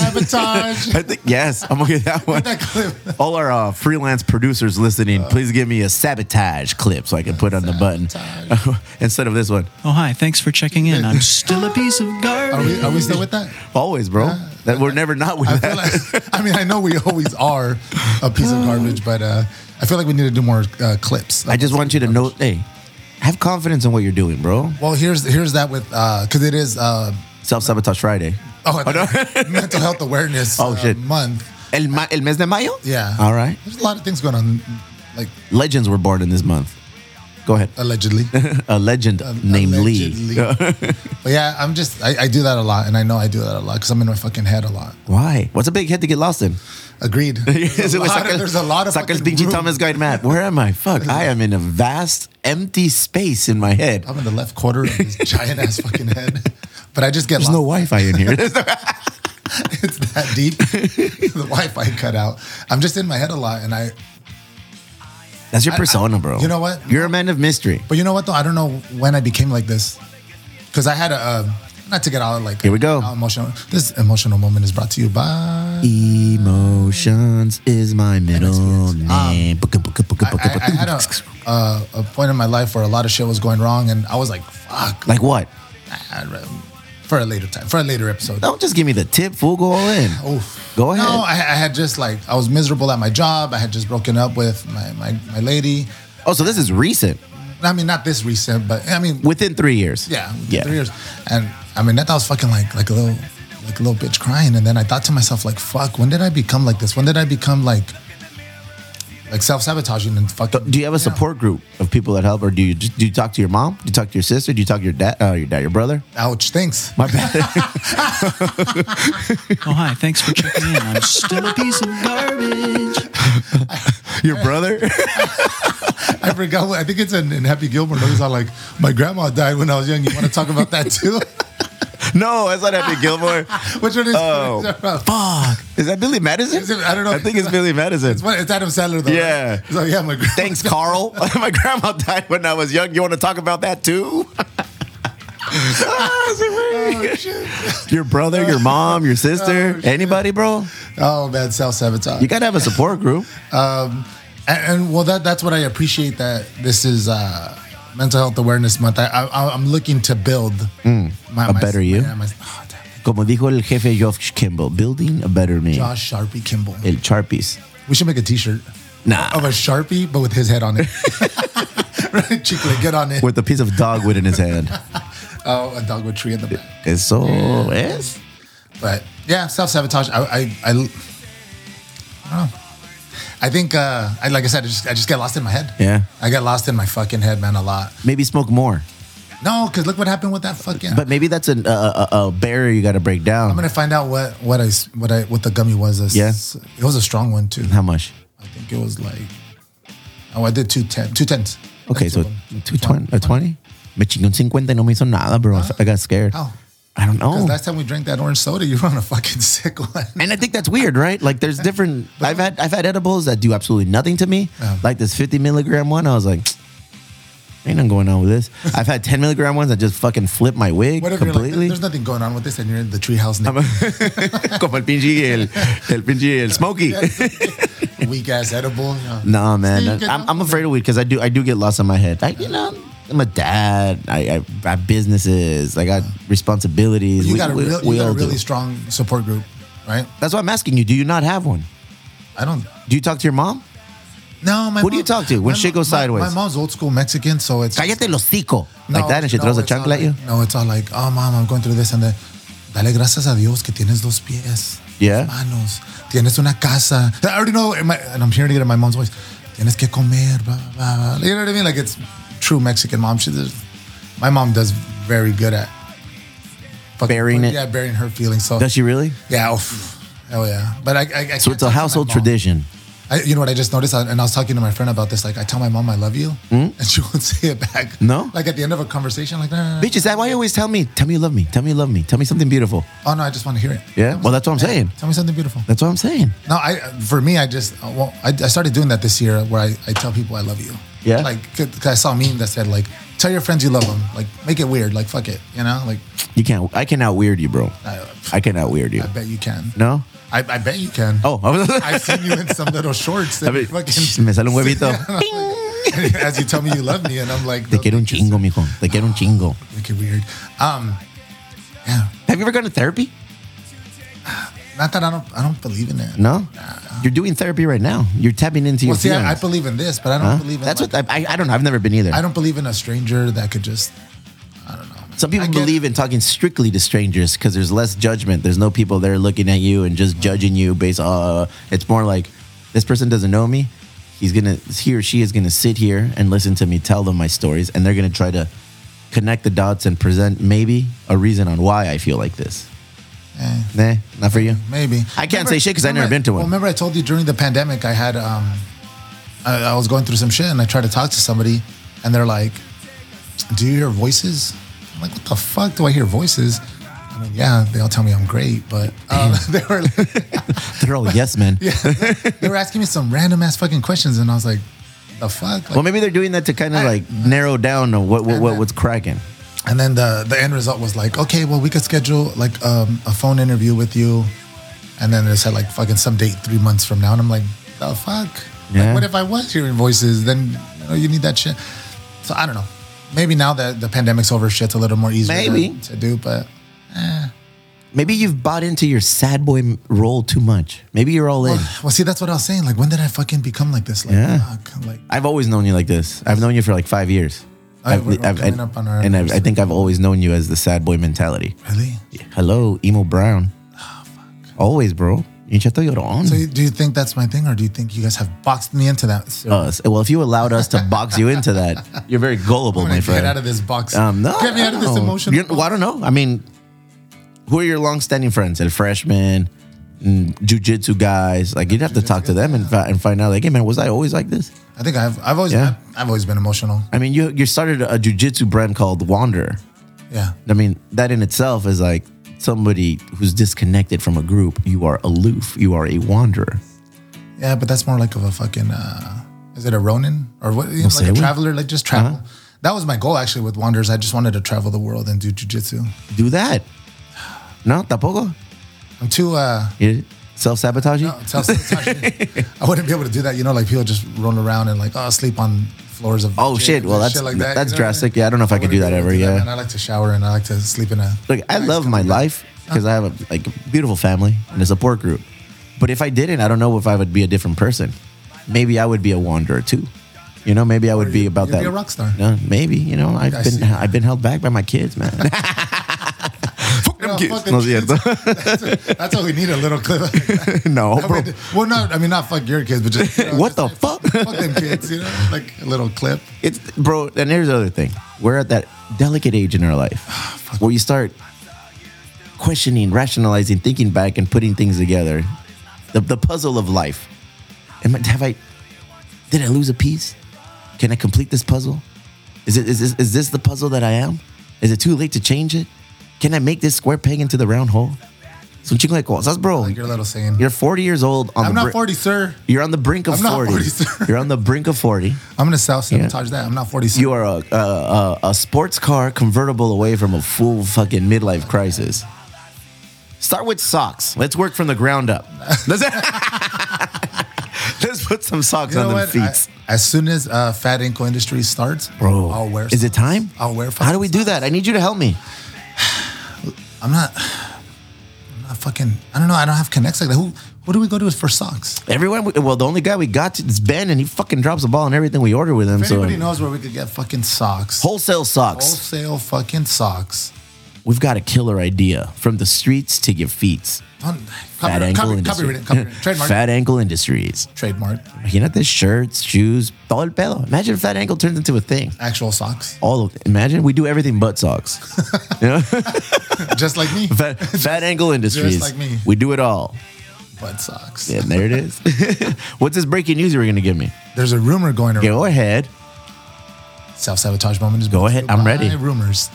Speaker 3: sabotage.
Speaker 2: I think yes, I'm gonna get that one.
Speaker 3: that clip. Uh.
Speaker 2: All our uh, freelance producers listening, please give me a sabotage clip so I can put on the button instead of this one.
Speaker 4: Oh, hi. Thanks for checking in. I'm still a piece of garbage.
Speaker 3: Are we? Are we still with that?
Speaker 2: Always, bro. that we're never not with
Speaker 3: I
Speaker 2: that.
Speaker 3: feel like. I mean, I know we always are a piece of garbage, but uh, I feel like we need to do more uh, clips.
Speaker 2: I just want you to know, hey, have confidence in what you're doing, bro.
Speaker 3: Well, here's here's that with because it is. Uh,
Speaker 2: Self sabotage Friday.
Speaker 3: oh, mental health awareness.
Speaker 2: Oh,
Speaker 3: uh,
Speaker 2: shit.
Speaker 3: Month.
Speaker 2: El, ma- el mes de mayo.
Speaker 3: Yeah.
Speaker 2: All right.
Speaker 3: There's a lot of things going on, like
Speaker 2: Legends were born in this month. Go ahead.
Speaker 3: allegedly.
Speaker 2: A legend named
Speaker 3: Allegedly.
Speaker 2: Lee.
Speaker 3: but yeah, I'm just I, I do that a lot, and I know I do that a lot because I'm in my fucking head a lot.
Speaker 2: Why? What's a big head to get lost in?
Speaker 3: Agreed. There's a lot of, there's a lot of
Speaker 2: Saca el
Speaker 3: fucking
Speaker 2: pinche
Speaker 3: room.
Speaker 2: Thomas Guide map. Where am I? Fuck. I am in a vast, empty space in my head.
Speaker 3: I'm in the left quarter of this giant ass fucking head, but I just get
Speaker 2: There's
Speaker 3: lost.
Speaker 2: no Wi Fi in here.
Speaker 3: it's that deep. the Wi-Fi cut out. I'm just in my head a lot, and I.
Speaker 2: That's your
Speaker 3: I-
Speaker 2: persona, bro.
Speaker 3: you know what?
Speaker 2: You're a man of mystery.
Speaker 3: But you know what though? I don't know when I became like this, because I had a. Uh, not to get all like
Speaker 2: Here we go.
Speaker 3: all emotional. This emotional moment is brought to you by.
Speaker 2: Emotions is my middle
Speaker 3: Experience. Um,
Speaker 2: name. Buka, buka, buka,
Speaker 3: I,
Speaker 2: buka,
Speaker 3: I- I had a,
Speaker 2: buka.
Speaker 3: uh, a point in my life where a lot of shit was going wrong, and I was like, "Fuck."
Speaker 2: Like what?
Speaker 3: I'd rather- for a later time, for a later episode.
Speaker 2: Don't just give me the tip, fool. Go all in.
Speaker 3: Oof.
Speaker 2: Go ahead.
Speaker 3: No, I, I had just like I was miserable at my job. I had just broken up with my my, my lady.
Speaker 2: oh, so this is recent.
Speaker 3: I mean, not this recent, but I mean,
Speaker 2: Within three years.
Speaker 3: yeah,
Speaker 2: Yeah.
Speaker 3: three years. And I mean, that I was fucking like like a little like a little bitch crying, and then I thought to myself like, fuck, when did I become like this? When did I become like like self sabotaging and fucking?
Speaker 2: Do you have a support group of people that help, or do you just, do you talk to your mom? Do you talk to your sister? Do you talk to your dad? Uh, your dad, your brother?
Speaker 3: Ouch! Thanks.
Speaker 2: My bad.
Speaker 4: Oh, hi. Thanks for checking in. I'm still a piece of garbage.
Speaker 2: your brother?
Speaker 3: I forgot. What, I think it's in, in Happy Gilmore. It was all like, my grandma died when I was young. You want to talk about that too?
Speaker 2: No, that's not Happy Gilmore.
Speaker 3: Which one is
Speaker 2: Oh.
Speaker 3: Fuck.
Speaker 2: Is that Billy Madison?
Speaker 3: Is it- I don't know.
Speaker 2: I think it's Billy Madison.
Speaker 3: It's, one- it's Adam Sandler though.
Speaker 2: Yeah.
Speaker 3: Right? So yeah, my grandma-
Speaker 2: Thanks, Carl. My grandma died when I was young. You want to talk about that too? Ah,
Speaker 3: Oh, shit.
Speaker 2: your brother, your mom, your sister,
Speaker 3: shit.
Speaker 2: anybody, bro?
Speaker 3: Oh man, self sabotage.
Speaker 2: You gotta have a support group.
Speaker 3: um, and, and well, that that's what I appreciate that this is uh, Mental Health Awareness Month. I, I, I'm looking to build my,
Speaker 2: Mm. a better you.
Speaker 3: My, my, oh, damn.
Speaker 2: Como dijo el jefe Josh Kimball, building a better me.
Speaker 3: Josh Sharpie Kimball.
Speaker 2: El Charpies.
Speaker 3: We should make a T-shirt of
Speaker 2: Nah.
Speaker 3: a Sharpie, but with his head on it. right, Chicle, get on it.
Speaker 2: With a piece of dogwood in his hand.
Speaker 3: oh, a dogwood tree in the back.
Speaker 2: Eso es.
Speaker 3: But yeah, self sabotage. I, I, I, I don't know. I think, uh, I, like I said, I just, I just get lost in my head.
Speaker 2: Yeah.
Speaker 3: I get lost in my fucking head, man, a lot.
Speaker 2: Maybe smoke more.
Speaker 3: No, because look what happened with that fucking.
Speaker 2: But maybe that's an, a, a, a a barrier you gotta break
Speaker 3: I'm
Speaker 2: down.
Speaker 3: gonna find out what what I s- what I what the gummy was. This,
Speaker 2: Yeah.
Speaker 3: it was a strong one too.
Speaker 2: How much?
Speaker 3: I think it was like oh, I did two ten, two tens.
Speaker 2: Okay,
Speaker 3: That's
Speaker 2: so
Speaker 3: two of 'em.
Speaker 2: 220. 20? Me chingó un 50 y no me hizo nada, bro. I got scared.
Speaker 3: How?
Speaker 2: I don't know.
Speaker 3: 'Cause Last time we drank that orange soda, you were on a fucking sick one.
Speaker 2: And I think that's weird, right? Like there's different. I've had I've had edibles that do absolutely nothing to me.
Speaker 3: Yeah.
Speaker 2: Like this 50 milligram one, I was like, ain't nothing going on with this. I've had 10 milligram ones that just fucking flip my wig
Speaker 3: What if you're like,
Speaker 2: completely.
Speaker 3: there's nothing going on with this, and you're in the treehouse now,
Speaker 2: Como el pinche el, el pinche el smoky.
Speaker 3: weak ass edible. you know.
Speaker 2: nah, man.
Speaker 3: See, you
Speaker 2: I-
Speaker 3: get
Speaker 2: I'm,
Speaker 3: on
Speaker 2: I'm
Speaker 3: with
Speaker 2: afraid of weed because I do I do get lost in my head. I, you know, I'm a dad. I, I, I have businesses. I got responsibilities.
Speaker 3: You
Speaker 2: We-
Speaker 3: got a
Speaker 2: we-
Speaker 3: real,
Speaker 2: we
Speaker 3: you got a
Speaker 2: all do.
Speaker 3: really strong support group, right?
Speaker 2: That's why I'm asking you. Do you not have one?
Speaker 3: I don't.
Speaker 2: Do you talk to your mom?
Speaker 3: No, my.
Speaker 2: Who do
Speaker 3: mom-
Speaker 2: you talk to when
Speaker 3: my
Speaker 2: shit
Speaker 3: mo-
Speaker 2: goes
Speaker 3: my-
Speaker 2: sideways?
Speaker 3: My, mom's old school Mexican, so it's
Speaker 2: Cállate el hocico.
Speaker 3: No,
Speaker 2: like that, and she
Speaker 3: no,
Speaker 2: throws a
Speaker 3: it's all
Speaker 2: chocolate at you.
Speaker 3: like- No, it's all like, oh, mom, I'm going through this and that. Dale gracias a Dios que tienes dos pies.
Speaker 2: Yeah.
Speaker 3: dos Manos. Tienes una casa. I already know, in my, and I'm hearing it in my mom's voice. Tienes que comer. Blah, blah, blah. You know what I mean? Like it's true Mexican mom. She does, my mom does very good at fucking-
Speaker 2: Burying it.
Speaker 3: Yeah, burying her feelings. So
Speaker 2: Does she really?
Speaker 3: yeah, oh, pff, hell yeah. But I, I, I
Speaker 2: So
Speaker 3: can't
Speaker 2: it's
Speaker 3: talk to
Speaker 2: a
Speaker 3: my
Speaker 2: household
Speaker 3: mom.
Speaker 2: tradition.
Speaker 3: I, you know what I just noticed, I- and I was talking to my friend about this. Like, I tell my mom I love you, and she won't say it back.
Speaker 2: Hmm? No?
Speaker 3: Like at the end of a conversation, like, nah, nah, nah.
Speaker 2: Bitch, is that why you always tell me? Tell me you love me. Tell me you love me. Tell me something beautiful.
Speaker 3: Oh no, I just want to hear it.
Speaker 2: Yeah. Well, that's what I'm saying.
Speaker 3: Tell me something beautiful.
Speaker 2: That's what I'm saying.
Speaker 3: No, I for me, I just uh, well, I, I started doing that this year where I, I tell people I love you.
Speaker 2: Yeah.
Speaker 3: Like, cause 'cause I saw a meme that said like, tell your friends you love them. Like, make it weird. Like, fuck it. You know, like,
Speaker 2: You can't. I can out weird you, bro.
Speaker 3: I,
Speaker 2: I can out weird you.
Speaker 3: I bet you can.
Speaker 2: No.
Speaker 3: I, I bet you can.
Speaker 2: Oh. I
Speaker 3: I've seen you in some little shorts. That
Speaker 2: mean,
Speaker 3: fucking,
Speaker 2: me sale un huevito.
Speaker 3: as you tell me you love me, and I'm like,
Speaker 2: Te quiero un chingo, mijo. Te quiero un chingo.
Speaker 3: Make it weird. Um, yeah.
Speaker 2: Have you ever gone to therapy?
Speaker 3: Not that I don't I don't believe in it.
Speaker 2: No. You're doing therapy right now. You're tapping into your
Speaker 3: Well, see,
Speaker 2: feelings.
Speaker 3: I, I believe in this, but I don't
Speaker 2: Huh?
Speaker 3: believe in
Speaker 2: That's
Speaker 3: like,
Speaker 2: what I, I don't. know. I've never been either.
Speaker 3: I don't believe in a stranger that could just.
Speaker 2: Some people
Speaker 3: I get-
Speaker 2: believe in talking strictly to strangers because there's less judgment. There's no people there looking at you and just judging you based. Uh, it's more like this person doesn't know me. He's gonna he or she is gonna sit here and listen to me tell them my stories, and they're gonna try to connect the dots and present maybe a reason on why I feel like this.
Speaker 3: Eh,
Speaker 2: Nah, not for you.
Speaker 3: maybe
Speaker 2: I can't say shit 'cause I never
Speaker 3: remember-
Speaker 2: been to one.
Speaker 3: Well, remember I told you during the pandemic I had um, I, I was going through some shit and I tried to talk to somebody, and they're like, "Do you hear voices?" I'm like, "What the fuck do I hear voices?" I mean, yeah, they all tell me I'm great, but um, they were like,
Speaker 2: They're all yes men.
Speaker 3: they were asking me some random ass fucking questions, and I was like, "The fuck?" Like,
Speaker 2: Well, maybe they're doing that to kind of
Speaker 3: I-
Speaker 2: like narrow down on what what,
Speaker 3: And
Speaker 2: what
Speaker 3: then-
Speaker 2: what's cracking.
Speaker 3: And then the the end result was like, okay, well, we could schedule like um, a phone interview with you. And then they said like fucking some date three months from now, and I'm like, the fuck.
Speaker 2: Yeah.
Speaker 3: Like, what if I was hearing voices? Then you know you need that shit. So I don't know. Maybe now that the pandemic's over, shit's a little more easier to-
Speaker 2: Maybe.
Speaker 3: to do. But
Speaker 2: Maybe you've bought into your sad boy m- role too much. Maybe you're all in.
Speaker 3: well, see, that's what I was saying. Like, when did I fucking become like this? Like,
Speaker 2: Yeah.
Speaker 3: fuck. Like,
Speaker 2: I've always known you like this. I've known you for like five years.
Speaker 3: Oh,
Speaker 2: I've,
Speaker 3: we're- we're
Speaker 2: I've,
Speaker 3: coming
Speaker 2: i
Speaker 3: up on our
Speaker 2: and I've, I
Speaker 3: anniversary.
Speaker 2: think I've always known you as the sad boy mentality.
Speaker 3: really?
Speaker 2: Hello, emo brown. Always, bro. You chato llorón.
Speaker 3: Ah, So do you think that's my thing, or do you think you guys have boxed me into that? So,
Speaker 2: us. Well, if you allowed us to box you into that, you're very gullible,
Speaker 3: I'm
Speaker 2: my
Speaker 3: gonna
Speaker 2: friend.
Speaker 3: get out of this box.
Speaker 2: Um, no,
Speaker 3: get me out of this
Speaker 2: no.
Speaker 3: emotional.
Speaker 2: You're- well, I don't know. I mean, who are your long-standing friends? The freshmen, mm, jujitsu guys. Like you'd have to talk to them and, fi- and find out. Like, hey man, was I always like this?
Speaker 3: I think I've I've always
Speaker 2: Yeah.
Speaker 3: I've always been emotional.
Speaker 2: I mean, you you started a jujitsu brand called Wander.
Speaker 3: Yeah.
Speaker 2: I mean, that in itself is like somebody who's disconnected from a group. You are aloof. You are a wanderer.
Speaker 3: Yeah, but that's more like of a fucking. Uh, is it a Ronin or what? You know,
Speaker 2: We'll say
Speaker 3: like a
Speaker 2: we-
Speaker 3: traveler, like just travel.
Speaker 2: Uh-huh.
Speaker 3: That was my goal actually with Wanderers. I just wanted to travel the world and do jujitsu.
Speaker 2: Do that. No, tampoco.
Speaker 3: I'm too. Uh,
Speaker 2: Self sabotaging.
Speaker 3: no, it's also- it's actually- I wouldn't be able to do that. You know, like people just roll around and like oh sleep on floors of.
Speaker 2: Oh,
Speaker 3: gyms
Speaker 2: shit. Well,
Speaker 3: and
Speaker 2: that's-
Speaker 3: you know what I
Speaker 2: that's
Speaker 3: mean?
Speaker 2: drastic. Yeah, I don't know if I could do
Speaker 3: wouldn't
Speaker 2: that
Speaker 3: be able to
Speaker 2: ever, yeah.
Speaker 3: man. I like to shower and I like to sleep in a.
Speaker 2: Look, I
Speaker 3: nice
Speaker 2: love my
Speaker 3: comfy-
Speaker 2: life because I have a like beautiful family and a support group. But if I didn't, I don't know if I would be a different person. Maybe I would be a wanderer too. You know, maybe I would be about
Speaker 3: you'd
Speaker 2: that.
Speaker 3: be a rock star.
Speaker 2: No, maybe. You know, I've
Speaker 3: I
Speaker 2: been
Speaker 3: see.
Speaker 2: I've been held back by my kids, man.
Speaker 3: You know, fuck the
Speaker 2: no,
Speaker 3: kids.
Speaker 2: cierto.
Speaker 3: That's what we need a little clip. Like that.
Speaker 2: No,
Speaker 3: I
Speaker 2: bro.
Speaker 3: mean, well, not. I mean, not fuck your kids, but just you know,
Speaker 2: What
Speaker 3: just
Speaker 2: the
Speaker 3: say,
Speaker 2: fuck?
Speaker 3: Fuck them kids, you know, like a little clip.
Speaker 2: It's bro. And here's the other thing: we're at that delicate age in our life where you start questioning, rationalizing, thinking back, and putting things together. The, the puzzle of life. Am I, have I? Did I lose a piece? Can I complete this puzzle? Is it is this, is this the puzzle that I am? Is it too late to change it? Can I make this square peg into the round hole? Some chico de cosas, bro.
Speaker 3: Like your little saying.
Speaker 2: You're 40 years old. On
Speaker 3: I'm
Speaker 2: the
Speaker 3: not
Speaker 2: bri-
Speaker 3: 40, sir.
Speaker 2: You're on the brink of
Speaker 3: I'm not
Speaker 2: 40.
Speaker 3: 40, sir.
Speaker 2: You're on the brink of 40.
Speaker 3: I'm gonna self sabotage that. I'm not 40, sir.
Speaker 2: You are a, a, a, a sports car convertible away from a full fucking midlife crisis. Start with socks. Let's work from the ground up. Let's, Let's put some socks
Speaker 3: You know
Speaker 2: on them
Speaker 3: what? I-
Speaker 2: feet.
Speaker 3: as soon as uh, fat ankle industry starts,
Speaker 2: Bro,
Speaker 3: I'll wear.
Speaker 2: is it
Speaker 3: socks.
Speaker 2: time?
Speaker 3: I'll wear.
Speaker 2: How do we do that? I need you to help me.
Speaker 3: I'm not. I'm not fucking. I don't know. I don't have connects like that. Who? What do we go to for socks?
Speaker 2: Everyone, well, the only guy we got is Ben, and he fucking drops the ball on everything we order with him.
Speaker 3: If
Speaker 2: So
Speaker 3: anybody knows where we could get fucking socks,
Speaker 2: wholesale socks.
Speaker 3: wholesale fucking socks.
Speaker 2: We've got a killer idea from the streets to your feet.
Speaker 3: Don't-
Speaker 2: Fat
Speaker 3: Copyright,
Speaker 2: ankle
Speaker 3: copy,
Speaker 2: industries.
Speaker 3: copyright, copyright, trademark,
Speaker 2: Fat ankle industries.
Speaker 3: trademark,
Speaker 2: Imagínate shirts, shoes, todo el pelo. Imagine fat ankle turns into a thing.
Speaker 3: actual socks,
Speaker 2: All of Imagine we do everything but socks. You know?
Speaker 3: just like me,
Speaker 2: fat, fat ankle industries.
Speaker 3: like me.
Speaker 2: We do it all.
Speaker 3: butt socks.
Speaker 2: And there it is. What's this breaking news you were going to give me?
Speaker 3: There's a rumor going around.
Speaker 2: Go ahead.
Speaker 3: Self sabotage moment is
Speaker 2: Go
Speaker 3: brought to
Speaker 2: ahead,
Speaker 3: you
Speaker 2: I'm
Speaker 3: by
Speaker 2: ready.
Speaker 3: Rumors.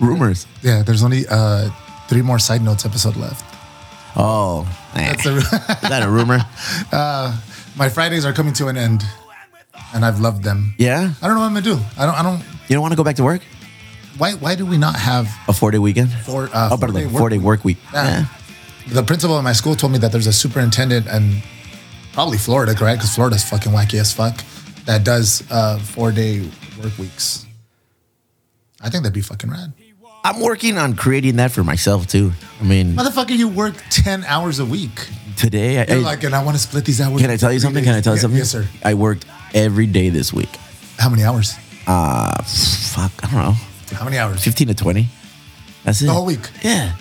Speaker 2: Rumors.
Speaker 3: Yeah, there's only uh, three more side notes episode left.
Speaker 2: Oh, eh.
Speaker 3: That's a.
Speaker 2: is that a rumor?
Speaker 3: my Fridays are coming to an end, and I've loved them.
Speaker 2: Yeah.
Speaker 3: I don't know what I'm gonna do. I don't. I don't.
Speaker 2: You don't want to go back to work?
Speaker 3: Why? Why do we not have
Speaker 2: A four day weekend?
Speaker 3: four? Uh,
Speaker 2: oh, pardon, four day work week.
Speaker 3: Yeah.
Speaker 2: Eh.
Speaker 3: The principal at my school told me that there's a superintendent and probably Florida, correct? Because Florida's fucking wacky as fuck. That does uh, four day work weeks. I think that'd be fucking rad.
Speaker 2: I'm working on creating that for myself too. I mean,
Speaker 3: Motherfucker, you work ten hours a week.
Speaker 2: today, I,
Speaker 3: You're like, and I want to split these hours.
Speaker 2: can I
Speaker 3: into
Speaker 2: tell you
Speaker 3: three
Speaker 2: something?
Speaker 3: days."
Speaker 2: Can I tell you
Speaker 3: Yeah,
Speaker 2: something?
Speaker 3: Yes, sir.
Speaker 2: I worked every day this week.
Speaker 3: How many hours?
Speaker 2: uh fuck i don't know
Speaker 3: How many hours?
Speaker 2: 15 to 20 that's it
Speaker 3: The whole week.
Speaker 2: yeah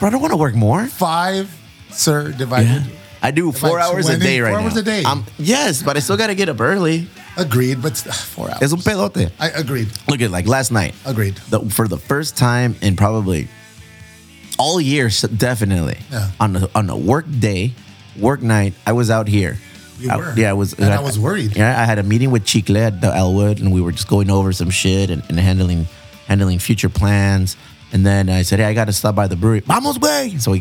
Speaker 2: bro i don't want to work more
Speaker 3: Five, sir,
Speaker 2: yeah
Speaker 3: divided.
Speaker 2: i do four
Speaker 3: like
Speaker 2: hours a
Speaker 3: 20,
Speaker 2: day right
Speaker 3: four
Speaker 2: now
Speaker 3: hours a day.
Speaker 2: I'm- yes but i still gotta get up early
Speaker 3: Agreed, but st- four hours.
Speaker 2: es un pelote
Speaker 3: I agreed.
Speaker 2: look at like last night
Speaker 3: Agreed.
Speaker 2: the, for the first time in probably all year s- definitely
Speaker 3: Yeah.
Speaker 2: on a, on a work day work night i was out here
Speaker 3: You
Speaker 2: I-
Speaker 3: were.
Speaker 2: yeah, I was.
Speaker 3: And I was worried.
Speaker 2: Yeah, I had a meeting with Chicle at the Elwood, and we were just going over some shit and, and handling handling future plans. And then I said, "Hey, I got to stop by the brewery." Vamos, güey! So we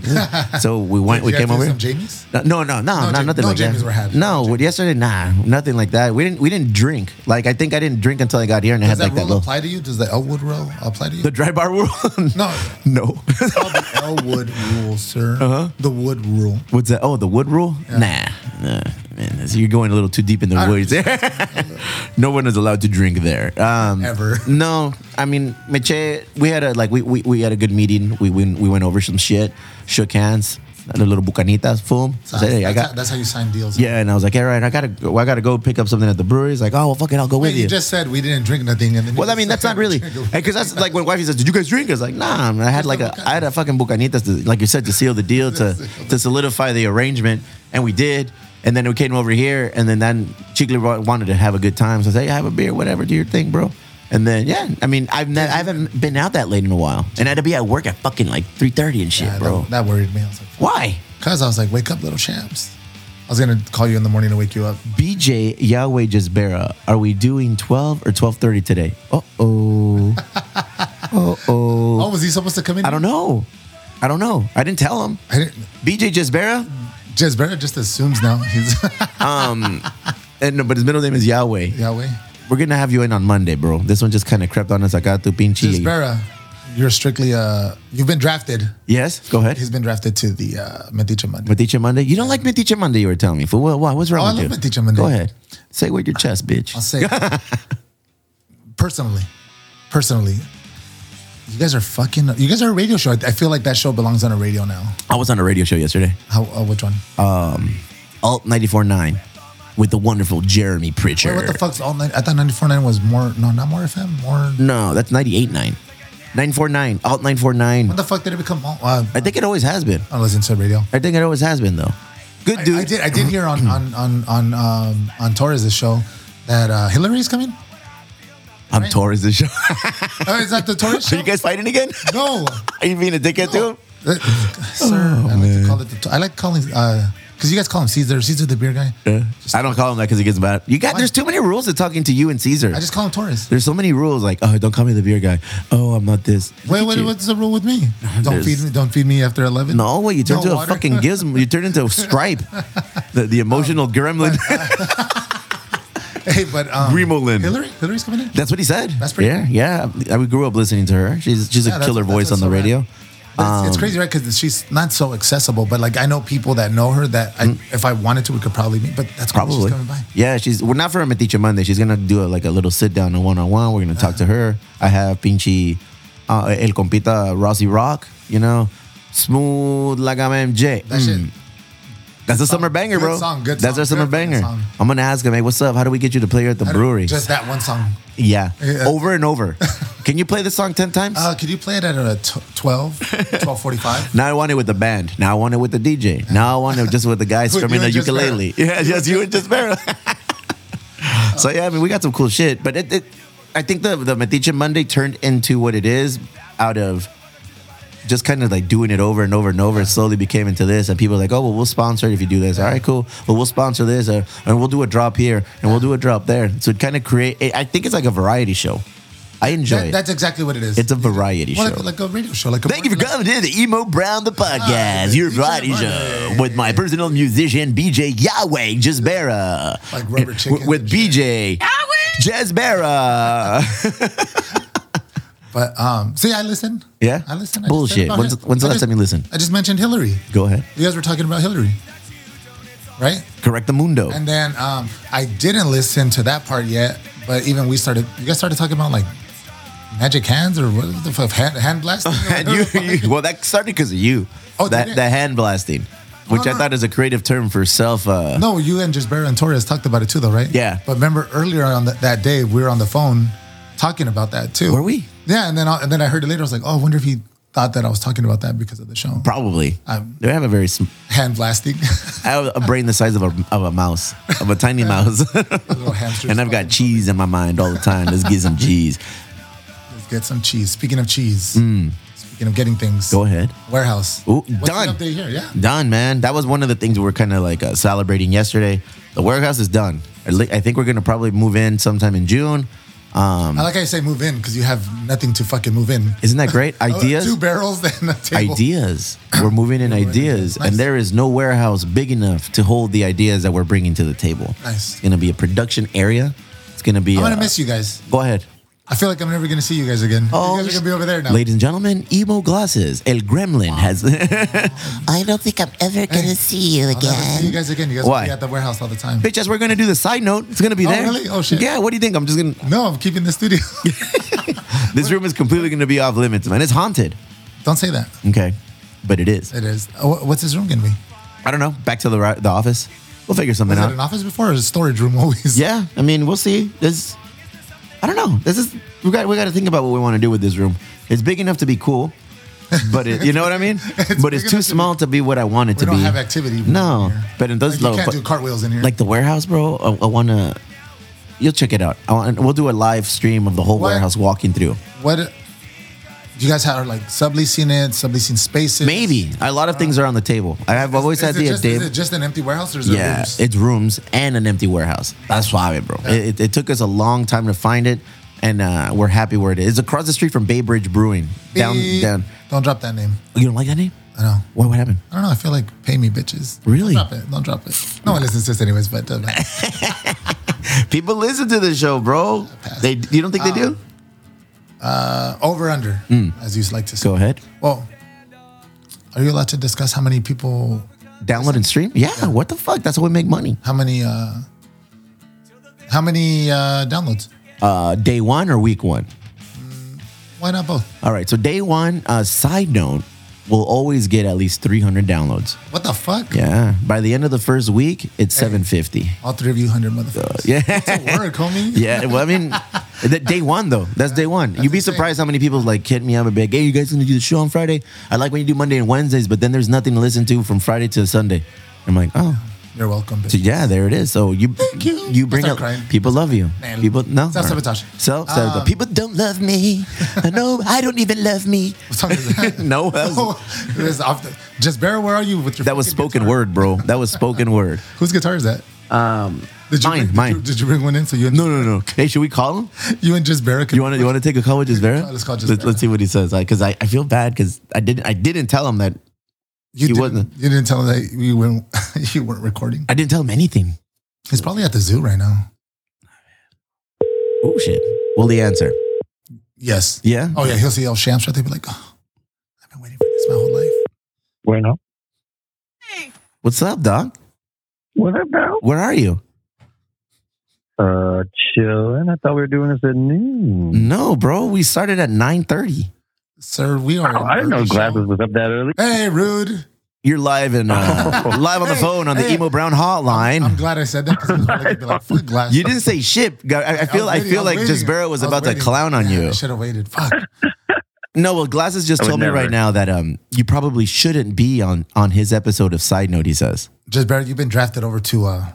Speaker 2: so we went. we
Speaker 3: Did you guys
Speaker 2: came
Speaker 3: do
Speaker 2: over.
Speaker 3: some Jamies?
Speaker 2: No, no, no, no, not
Speaker 3: Jam-
Speaker 2: nothing
Speaker 3: no
Speaker 2: like
Speaker 3: Jamies
Speaker 2: that.
Speaker 3: were had.
Speaker 2: No, with yesterday, nah, nothing like that. We didn't we didn't drink. Like I think I didn't drink until I got here, and
Speaker 3: Does
Speaker 2: I had
Speaker 3: that
Speaker 2: like that
Speaker 3: rule
Speaker 2: little
Speaker 3: apply to you? Does the Elwood rule apply to you?
Speaker 2: the dry bar rule.
Speaker 3: no,
Speaker 2: no.
Speaker 3: it's called the Elwood rule, sir. Uh-huh. The wood rule.
Speaker 2: What's that? Oh, the wood rule? Nah, nah, man, that's- you're going a little too deep in the
Speaker 3: don't
Speaker 2: woods. no one is allowed to drink there. Um,
Speaker 3: Ever.
Speaker 2: No, I mean, Meche, we had a like we, we, we had a good meeting. We went we went over some shit, shook hands, had a little bucanitas, boom.
Speaker 3: That's,
Speaker 2: Said, hey, I
Speaker 3: that's how,
Speaker 2: got
Speaker 3: that's how you sign deals.
Speaker 2: yeah, and I was like, all right, I gotta go, I gotta go pick up something at the brewery. He's like, oh well, fuck it, I'll go
Speaker 3: Wait,
Speaker 2: with
Speaker 3: you just said we didn't drink nothing, and then you
Speaker 2: well, I
Speaker 3: just
Speaker 2: mean,
Speaker 3: said
Speaker 2: that's not
Speaker 3: we
Speaker 2: really
Speaker 3: drank a-
Speaker 2: because that's like when wifey says, "Did you guys drink?" It's like, nah. man, I had like a, I had a fucking bucanitas, to, like you said, to seal the deal, to to solidify the arrangement, and we did. And then we came over here, and then then Chicle wa- wanted to have a good time, so I said, "Hey, have a beer, whatever, do your thing, bro." And then yeah, I mean, I've ne- I haven't been out that late in a while, and I had to be at work at fucking like three thirty and shit,
Speaker 3: Yeah,
Speaker 2: bro.
Speaker 3: That, that worried me. I was like,
Speaker 2: Why?
Speaker 3: because I was like, wake up, little champs. I was gonna call you in the morning to wake you up.
Speaker 2: BJ Yahweh Jezbera, are we doing twelve or twelve thirty today? Uh oh.
Speaker 3: Oh, was he supposed to come in?
Speaker 2: I don't know. I don't know. I didn't tell him.
Speaker 3: I didn't.
Speaker 2: BJ Jesbera,
Speaker 3: Jez Barrett just assumes now he's Eh,
Speaker 2: and no, but his middle name is Yahweh.
Speaker 3: Yahweh.
Speaker 2: We're gonna have you in on Monday, bro. This one just kind of crept on us. I got to
Speaker 3: Jez
Speaker 2: pinchi.
Speaker 3: Barrett, you're strictly uh, you've been drafted.
Speaker 2: Yes, go ahead.
Speaker 3: He's been drafted to the uh, Metiche Monday.
Speaker 2: Metiche Monday. You don't like Metiche Monday. You were telling me. For what? Why? What's wrong
Speaker 3: Oh, I
Speaker 2: with
Speaker 3: love
Speaker 2: you?
Speaker 3: Metiche Monday.
Speaker 2: Go ahead. Say with your chest, bitch.
Speaker 3: I'll say it. personally, personally, you guys are fucking. You guys are a radio show. I, I feel like that show belongs on a radio now.
Speaker 2: I was on a radio show yesterday,
Speaker 3: How? Uh, which one?
Speaker 2: Alt 94.9, with the wonderful Jeremy Pritchard.
Speaker 3: Wait, what the fuck's all night? I thought 94.9 was more. No, not more FM. More.
Speaker 2: No, that's 98.9. 949, Alt 949.
Speaker 3: What the fuck did it become? All, uh,
Speaker 2: I think it always has been.
Speaker 3: I don't listen to radio.
Speaker 2: I think it always has been, though. Good dude.
Speaker 3: I did. I did hear on on on on um, on Torres' show that uh, Hillary's coming.
Speaker 2: I'm Torres this show.
Speaker 3: Oh, is that the Torres show?
Speaker 2: Are you guys fighting again?
Speaker 3: no,
Speaker 2: Are you being a dickhead to him?
Speaker 3: Uh, sir.
Speaker 2: Oh,
Speaker 3: I like to call it. The, I like calling because you guys call him Caesar. Caesar the beer guy.
Speaker 2: I don't call him that because he gets mad. You got there's too many rules to talking to you and Caesar.
Speaker 3: I just call him Torres.
Speaker 2: there's so many rules like oh don't call me the beer guy. Oh I'm not this. Look
Speaker 3: Wait,
Speaker 2: at
Speaker 3: wait,
Speaker 2: you.
Speaker 3: what's the rule with me? Don't
Speaker 2: there's-
Speaker 3: feed me. Don't feed me after eleven.
Speaker 2: No, wait, you turn
Speaker 3: No
Speaker 2: into
Speaker 3: water?
Speaker 2: a fucking gizmo. You turn into a stripe. The, the emotional
Speaker 3: Oh.
Speaker 2: gremlin.
Speaker 3: Hey, but um,
Speaker 2: Gremlin.
Speaker 3: Hillary, Hillary's coming in.
Speaker 2: that's what he said.
Speaker 3: That's pretty
Speaker 2: Yeah, yeah. I, we grew up listening to her. She's she's
Speaker 3: Yeah,
Speaker 2: a
Speaker 3: that's-
Speaker 2: killer
Speaker 3: that's
Speaker 2: voice on
Speaker 3: what's
Speaker 2: the
Speaker 3: so rad.
Speaker 2: radio.
Speaker 3: But it's,
Speaker 2: Um,
Speaker 3: it's crazy, right? Because she's not so accessible. But like, I know people that know her that I, if I wanted to, we could probably meet. But that's cool
Speaker 2: Mm.
Speaker 3: that
Speaker 2: Probably.
Speaker 3: she's coming by.
Speaker 2: Yeah, she's we're not for a Metiche Monday. She's gonna do a, like a little sit down, a one on one. We're gonna talk to her. I have Pinchy, uh, El Compita Rossi Rock. You know, smooth like I'm MJ.
Speaker 3: That
Speaker 2: Mm.
Speaker 3: shit.
Speaker 2: That's a summer banger,
Speaker 3: Good
Speaker 2: bro.
Speaker 3: song, good
Speaker 2: That's
Speaker 3: song,
Speaker 2: our summer
Speaker 3: good
Speaker 2: banger.
Speaker 3: song.
Speaker 2: I'm gonna ask him, hey, what's up? How do we get you to play here at the
Speaker 3: I don't-
Speaker 2: brewery?
Speaker 3: Just uh, that one song.
Speaker 2: yeah,
Speaker 3: Yeah.
Speaker 2: over and over. Can you play this song ten times?
Speaker 3: Uh, could you play it at a t- 12, 1245?
Speaker 2: now I want it with the band. Now I want it with the DJ. Now I want it just with the guy
Speaker 3: With
Speaker 2: strumming
Speaker 3: you
Speaker 2: the
Speaker 3: and Just Barrel.
Speaker 2: ukulele. Yeah, just you and just Barrel. so yeah, I mean, we got some cool shit, but it, it I think the the Metiche Monday turned into what it is out of just kind of like doing it over and over and over. It slowly became into this, and people were like, oh well, we'll sponsor it if you do this. All right, cool. Well, we'll sponsor this, uh, and we'll do a drop here, and we'll do a drop there. So it kind of create. I think it's like a variety show. I enjoy
Speaker 3: That,
Speaker 2: it.
Speaker 3: that's exactly what it is.
Speaker 2: it's a variety
Speaker 3: Well,
Speaker 2: show.
Speaker 3: like, like a radio show. Like a
Speaker 2: Thank you for
Speaker 3: like,
Speaker 2: coming to the Emo Brown the podcast,
Speaker 3: Hi,
Speaker 2: your
Speaker 3: DJ
Speaker 2: variety show
Speaker 3: Monday.
Speaker 2: with my personal musician BJ Yahweh Jezbera.
Speaker 3: Like rubber chicken
Speaker 2: with
Speaker 3: and
Speaker 2: BJ Jezbera.
Speaker 3: But um, see, I listen.
Speaker 2: Yeah?
Speaker 3: I listen.
Speaker 2: Bullshit.
Speaker 3: I just said about
Speaker 2: When's-
Speaker 3: her.
Speaker 2: when's the
Speaker 3: I
Speaker 2: last
Speaker 3: just-
Speaker 2: time you listened?
Speaker 3: I just mentioned Hillary.
Speaker 2: Go ahead,
Speaker 3: You guys were talking about Hillary, right?
Speaker 2: correct the mundo.
Speaker 3: And then um, I didn't listen to that part yet. But even we started. You guys started talking about like magic hands or what the fuck hand, hand blasting.
Speaker 2: And you, you, well, that started because of you.
Speaker 3: Oh, did
Speaker 2: that
Speaker 3: it?
Speaker 2: the hand blasting, which
Speaker 3: No,
Speaker 2: I
Speaker 3: no.
Speaker 2: thought is a creative term for self. Uh,
Speaker 3: No, you and Jisbera and Torres talked about it too, though, right?
Speaker 2: Yeah.
Speaker 3: But remember earlier on th- that day, we were on the phone talking about that too.
Speaker 2: Were we?
Speaker 3: Yeah, and then I, and then I heard it later. I was like, oh, I wonder if he thought that I was talking about that because of the show.
Speaker 2: Probably.
Speaker 3: Um,
Speaker 2: they have a very sm-
Speaker 3: Hand blasting.
Speaker 2: I have a brain the size of a of a mouse, of a tiny mouse,
Speaker 3: Little hamsters.
Speaker 2: Oh, and I've got cheese in my mind all the time. Let's get some cheese.
Speaker 3: Let's get some cheese. Speaking of cheese, speaking of getting things,
Speaker 2: Mm. Go ahead.
Speaker 3: Warehouse.
Speaker 2: Ooh,
Speaker 3: What's
Speaker 2: done.
Speaker 3: The update here? Yeah.
Speaker 2: Done, man. That was one of the things we were kind of like uh, celebrating yesterday. The warehouse is done. I li- I think we're gonna probably move in sometime in June. Um,
Speaker 3: I like how you say move in because you have nothing to fucking move in.
Speaker 2: Isn't that great?
Speaker 3: Oh, Two
Speaker 2: Ideas,
Speaker 3: barrels and a table.
Speaker 2: ideas. We're moving in ideas,
Speaker 3: Nice.
Speaker 2: and there is no warehouse big enough to hold the ideas that we're bringing to the table.
Speaker 3: Nice.
Speaker 2: It's gonna be a production area. It's gonna be.
Speaker 3: I'm gonna
Speaker 2: uh,
Speaker 3: miss you guys.
Speaker 2: Go ahead.
Speaker 3: I feel like I'm never gonna see you guys again.
Speaker 2: Oh,
Speaker 3: you guys are gonna be over there now.
Speaker 2: Ladies and gentlemen, emo glasses. El Gremlin has.
Speaker 5: I don't think I'm ever gonna see
Speaker 3: I'll
Speaker 5: you
Speaker 3: never see you
Speaker 5: again.
Speaker 3: guys again. You guys
Speaker 2: Why?
Speaker 3: will be at the warehouse all the time.
Speaker 2: Bitch, as we're gonna do the side note, it's gonna be
Speaker 3: Oh,
Speaker 2: there.
Speaker 3: really? Oh, shit.
Speaker 2: Yeah. What do you think? I'm just gonna.
Speaker 3: No, I'm keeping the studio.
Speaker 2: This room is completely gonna be off limits, man. It's haunted.
Speaker 3: Don't say that.
Speaker 2: Okay, but it is.
Speaker 3: It is. Oh, wh- What's this room gonna be?
Speaker 2: I don't know. Back to the ri- the office. We'll figure something
Speaker 3: Was it
Speaker 2: out.
Speaker 3: an office before or a storage room always?
Speaker 2: Yeah, I mean, we'll see. This, I don't know. This is we got we got to think about what we want to do with this room. It's big enough to be cool, but it, you know what I mean. but
Speaker 3: big
Speaker 2: it's too
Speaker 3: enough to be-
Speaker 2: small to be what I want it
Speaker 3: We
Speaker 2: to
Speaker 3: don't
Speaker 2: be.
Speaker 3: have activity.
Speaker 2: No,
Speaker 3: in here.
Speaker 2: but it
Speaker 3: Like,
Speaker 2: does
Speaker 3: you
Speaker 2: low-
Speaker 3: can't
Speaker 2: but-
Speaker 3: do cartwheels in here.
Speaker 2: like the warehouse, bro. I, I wanna. You'll check it out. I want, we'll do a live stream of the whole
Speaker 3: What?
Speaker 2: warehouse walking through.
Speaker 3: what? Do you guys have like subleasing it, subleasing spaces?
Speaker 2: Maybe a lot of things are on the table. I have always
Speaker 3: Is
Speaker 2: had
Speaker 3: it
Speaker 2: the
Speaker 3: just,
Speaker 2: idea.
Speaker 3: Is it just an empty warehouse or is
Speaker 2: Yeah,
Speaker 3: it rooms?
Speaker 2: it's rooms and an empty warehouse. That's why, bro. It, it, it took us a long time to find it. and uh, we're happy where it is. It's across the street from Bay Bridge Brewing. Down,
Speaker 3: Beep.
Speaker 2: down.
Speaker 3: Don't drop that name.
Speaker 2: You don't like that name?
Speaker 3: I know.
Speaker 2: What? What happened?
Speaker 3: I don't know. I feel like pay me, bitches.
Speaker 2: Really?
Speaker 3: Don't drop it. Don't drop it. No one listens to this anyways, but uh, doesn't matter.
Speaker 2: People listen to the show, bro. They, you don't think they
Speaker 3: Uh,
Speaker 2: do?
Speaker 3: over under, as you like to say.
Speaker 2: Hmm. Go ahead.
Speaker 3: Well, are you allowed to discuss how many people,
Speaker 2: Download and stream. Yeah. What the fuck? That's how we make money.
Speaker 3: how many, uh, how many uh, downloads?
Speaker 2: Uh, day one or week one?
Speaker 3: Why not both?
Speaker 2: All right. So day one. Uh, side note, we'll always get at least 300 downloads.
Speaker 3: What the fuck?
Speaker 2: Yeah. By the end of the first week, it's 750.
Speaker 3: All three of you, hundred motherfuckers.
Speaker 2: Uh, yeah.
Speaker 3: It's a word, homie.
Speaker 2: Yeah, well, I mean, that day one though. That's day one. You'd be
Speaker 3: insane.
Speaker 2: surprised how many people like hit me up and be like, "Hey, you guys gonna do the show on Friday? I like when you do Monday and Wednesdays, but then there's nothing to listen to from Friday to Sunday." I'm like, "Oh,
Speaker 3: You're welcome. Bitch.
Speaker 2: so yeah, there it is." So you
Speaker 3: you.
Speaker 2: you bring
Speaker 3: That's
Speaker 2: up
Speaker 3: not crime.
Speaker 2: people love you.
Speaker 3: Man.
Speaker 2: People no
Speaker 3: Self-sabotage.
Speaker 2: So
Speaker 3: Um,
Speaker 2: people don't love me. I know I don't even love me.
Speaker 3: What song is that?
Speaker 2: No, that was-
Speaker 3: it was off the, just bear. Where are you with your?
Speaker 2: That was
Speaker 3: fucking
Speaker 2: spoken
Speaker 3: guitar?
Speaker 2: word, bro. That was spoken word.
Speaker 3: Whose guitar is that?
Speaker 2: Um,
Speaker 3: Did you
Speaker 2: mine,
Speaker 3: bring, did
Speaker 2: mine.
Speaker 3: You, did you bring one in? So you and,
Speaker 2: no, no, no. Hey, should we call him?
Speaker 3: you and just Barra.
Speaker 2: You want to you want to take a call with Jisvera?
Speaker 3: Let's call
Speaker 2: Let's,
Speaker 3: Jisvera.
Speaker 2: let's see what he says. Because I, I feel bad because I didn't I didn't tell him that
Speaker 3: You
Speaker 2: he
Speaker 3: didn't,
Speaker 2: wasn't.
Speaker 3: You didn't tell him that you weren't. you weren't recording.
Speaker 2: I didn't tell him anything.
Speaker 3: He's probably at the zoo right now.
Speaker 2: Oh shit! Will he answer?
Speaker 3: Yes.
Speaker 2: Yeah.
Speaker 3: Oh yeah, he'll see El Shamster. They'll be like, oh, I've been waiting for this my whole life.
Speaker 6: Bueno.
Speaker 2: What's up, dog?
Speaker 6: What about?
Speaker 2: Where are you?
Speaker 6: Uh, chilling. I thought we were doing this at noon.
Speaker 2: No, bro. We started at nine thirty.
Speaker 3: Sir, we are.
Speaker 6: Oh, I didn't know
Speaker 3: early
Speaker 6: glasses
Speaker 3: show.
Speaker 6: was up that early.
Speaker 3: Hey, rude.
Speaker 2: You're live and uh, live on the
Speaker 3: Hey,
Speaker 2: phone on the
Speaker 3: hey.
Speaker 2: Emo Brown
Speaker 3: I'm
Speaker 2: hotline.
Speaker 3: glad I said that because be like, fuck glasses.
Speaker 2: You didn't say shit. Gu- I, I feel I, feel like Jisbera was about to clown on you.
Speaker 3: should have waited. Fuck.
Speaker 2: No, well, Glasses just
Speaker 6: I would
Speaker 2: told me right
Speaker 6: never.
Speaker 2: now that um you probably shouldn't be on on his episode of Side Note. He says.
Speaker 3: Jisbera, you've been drafted over to uh,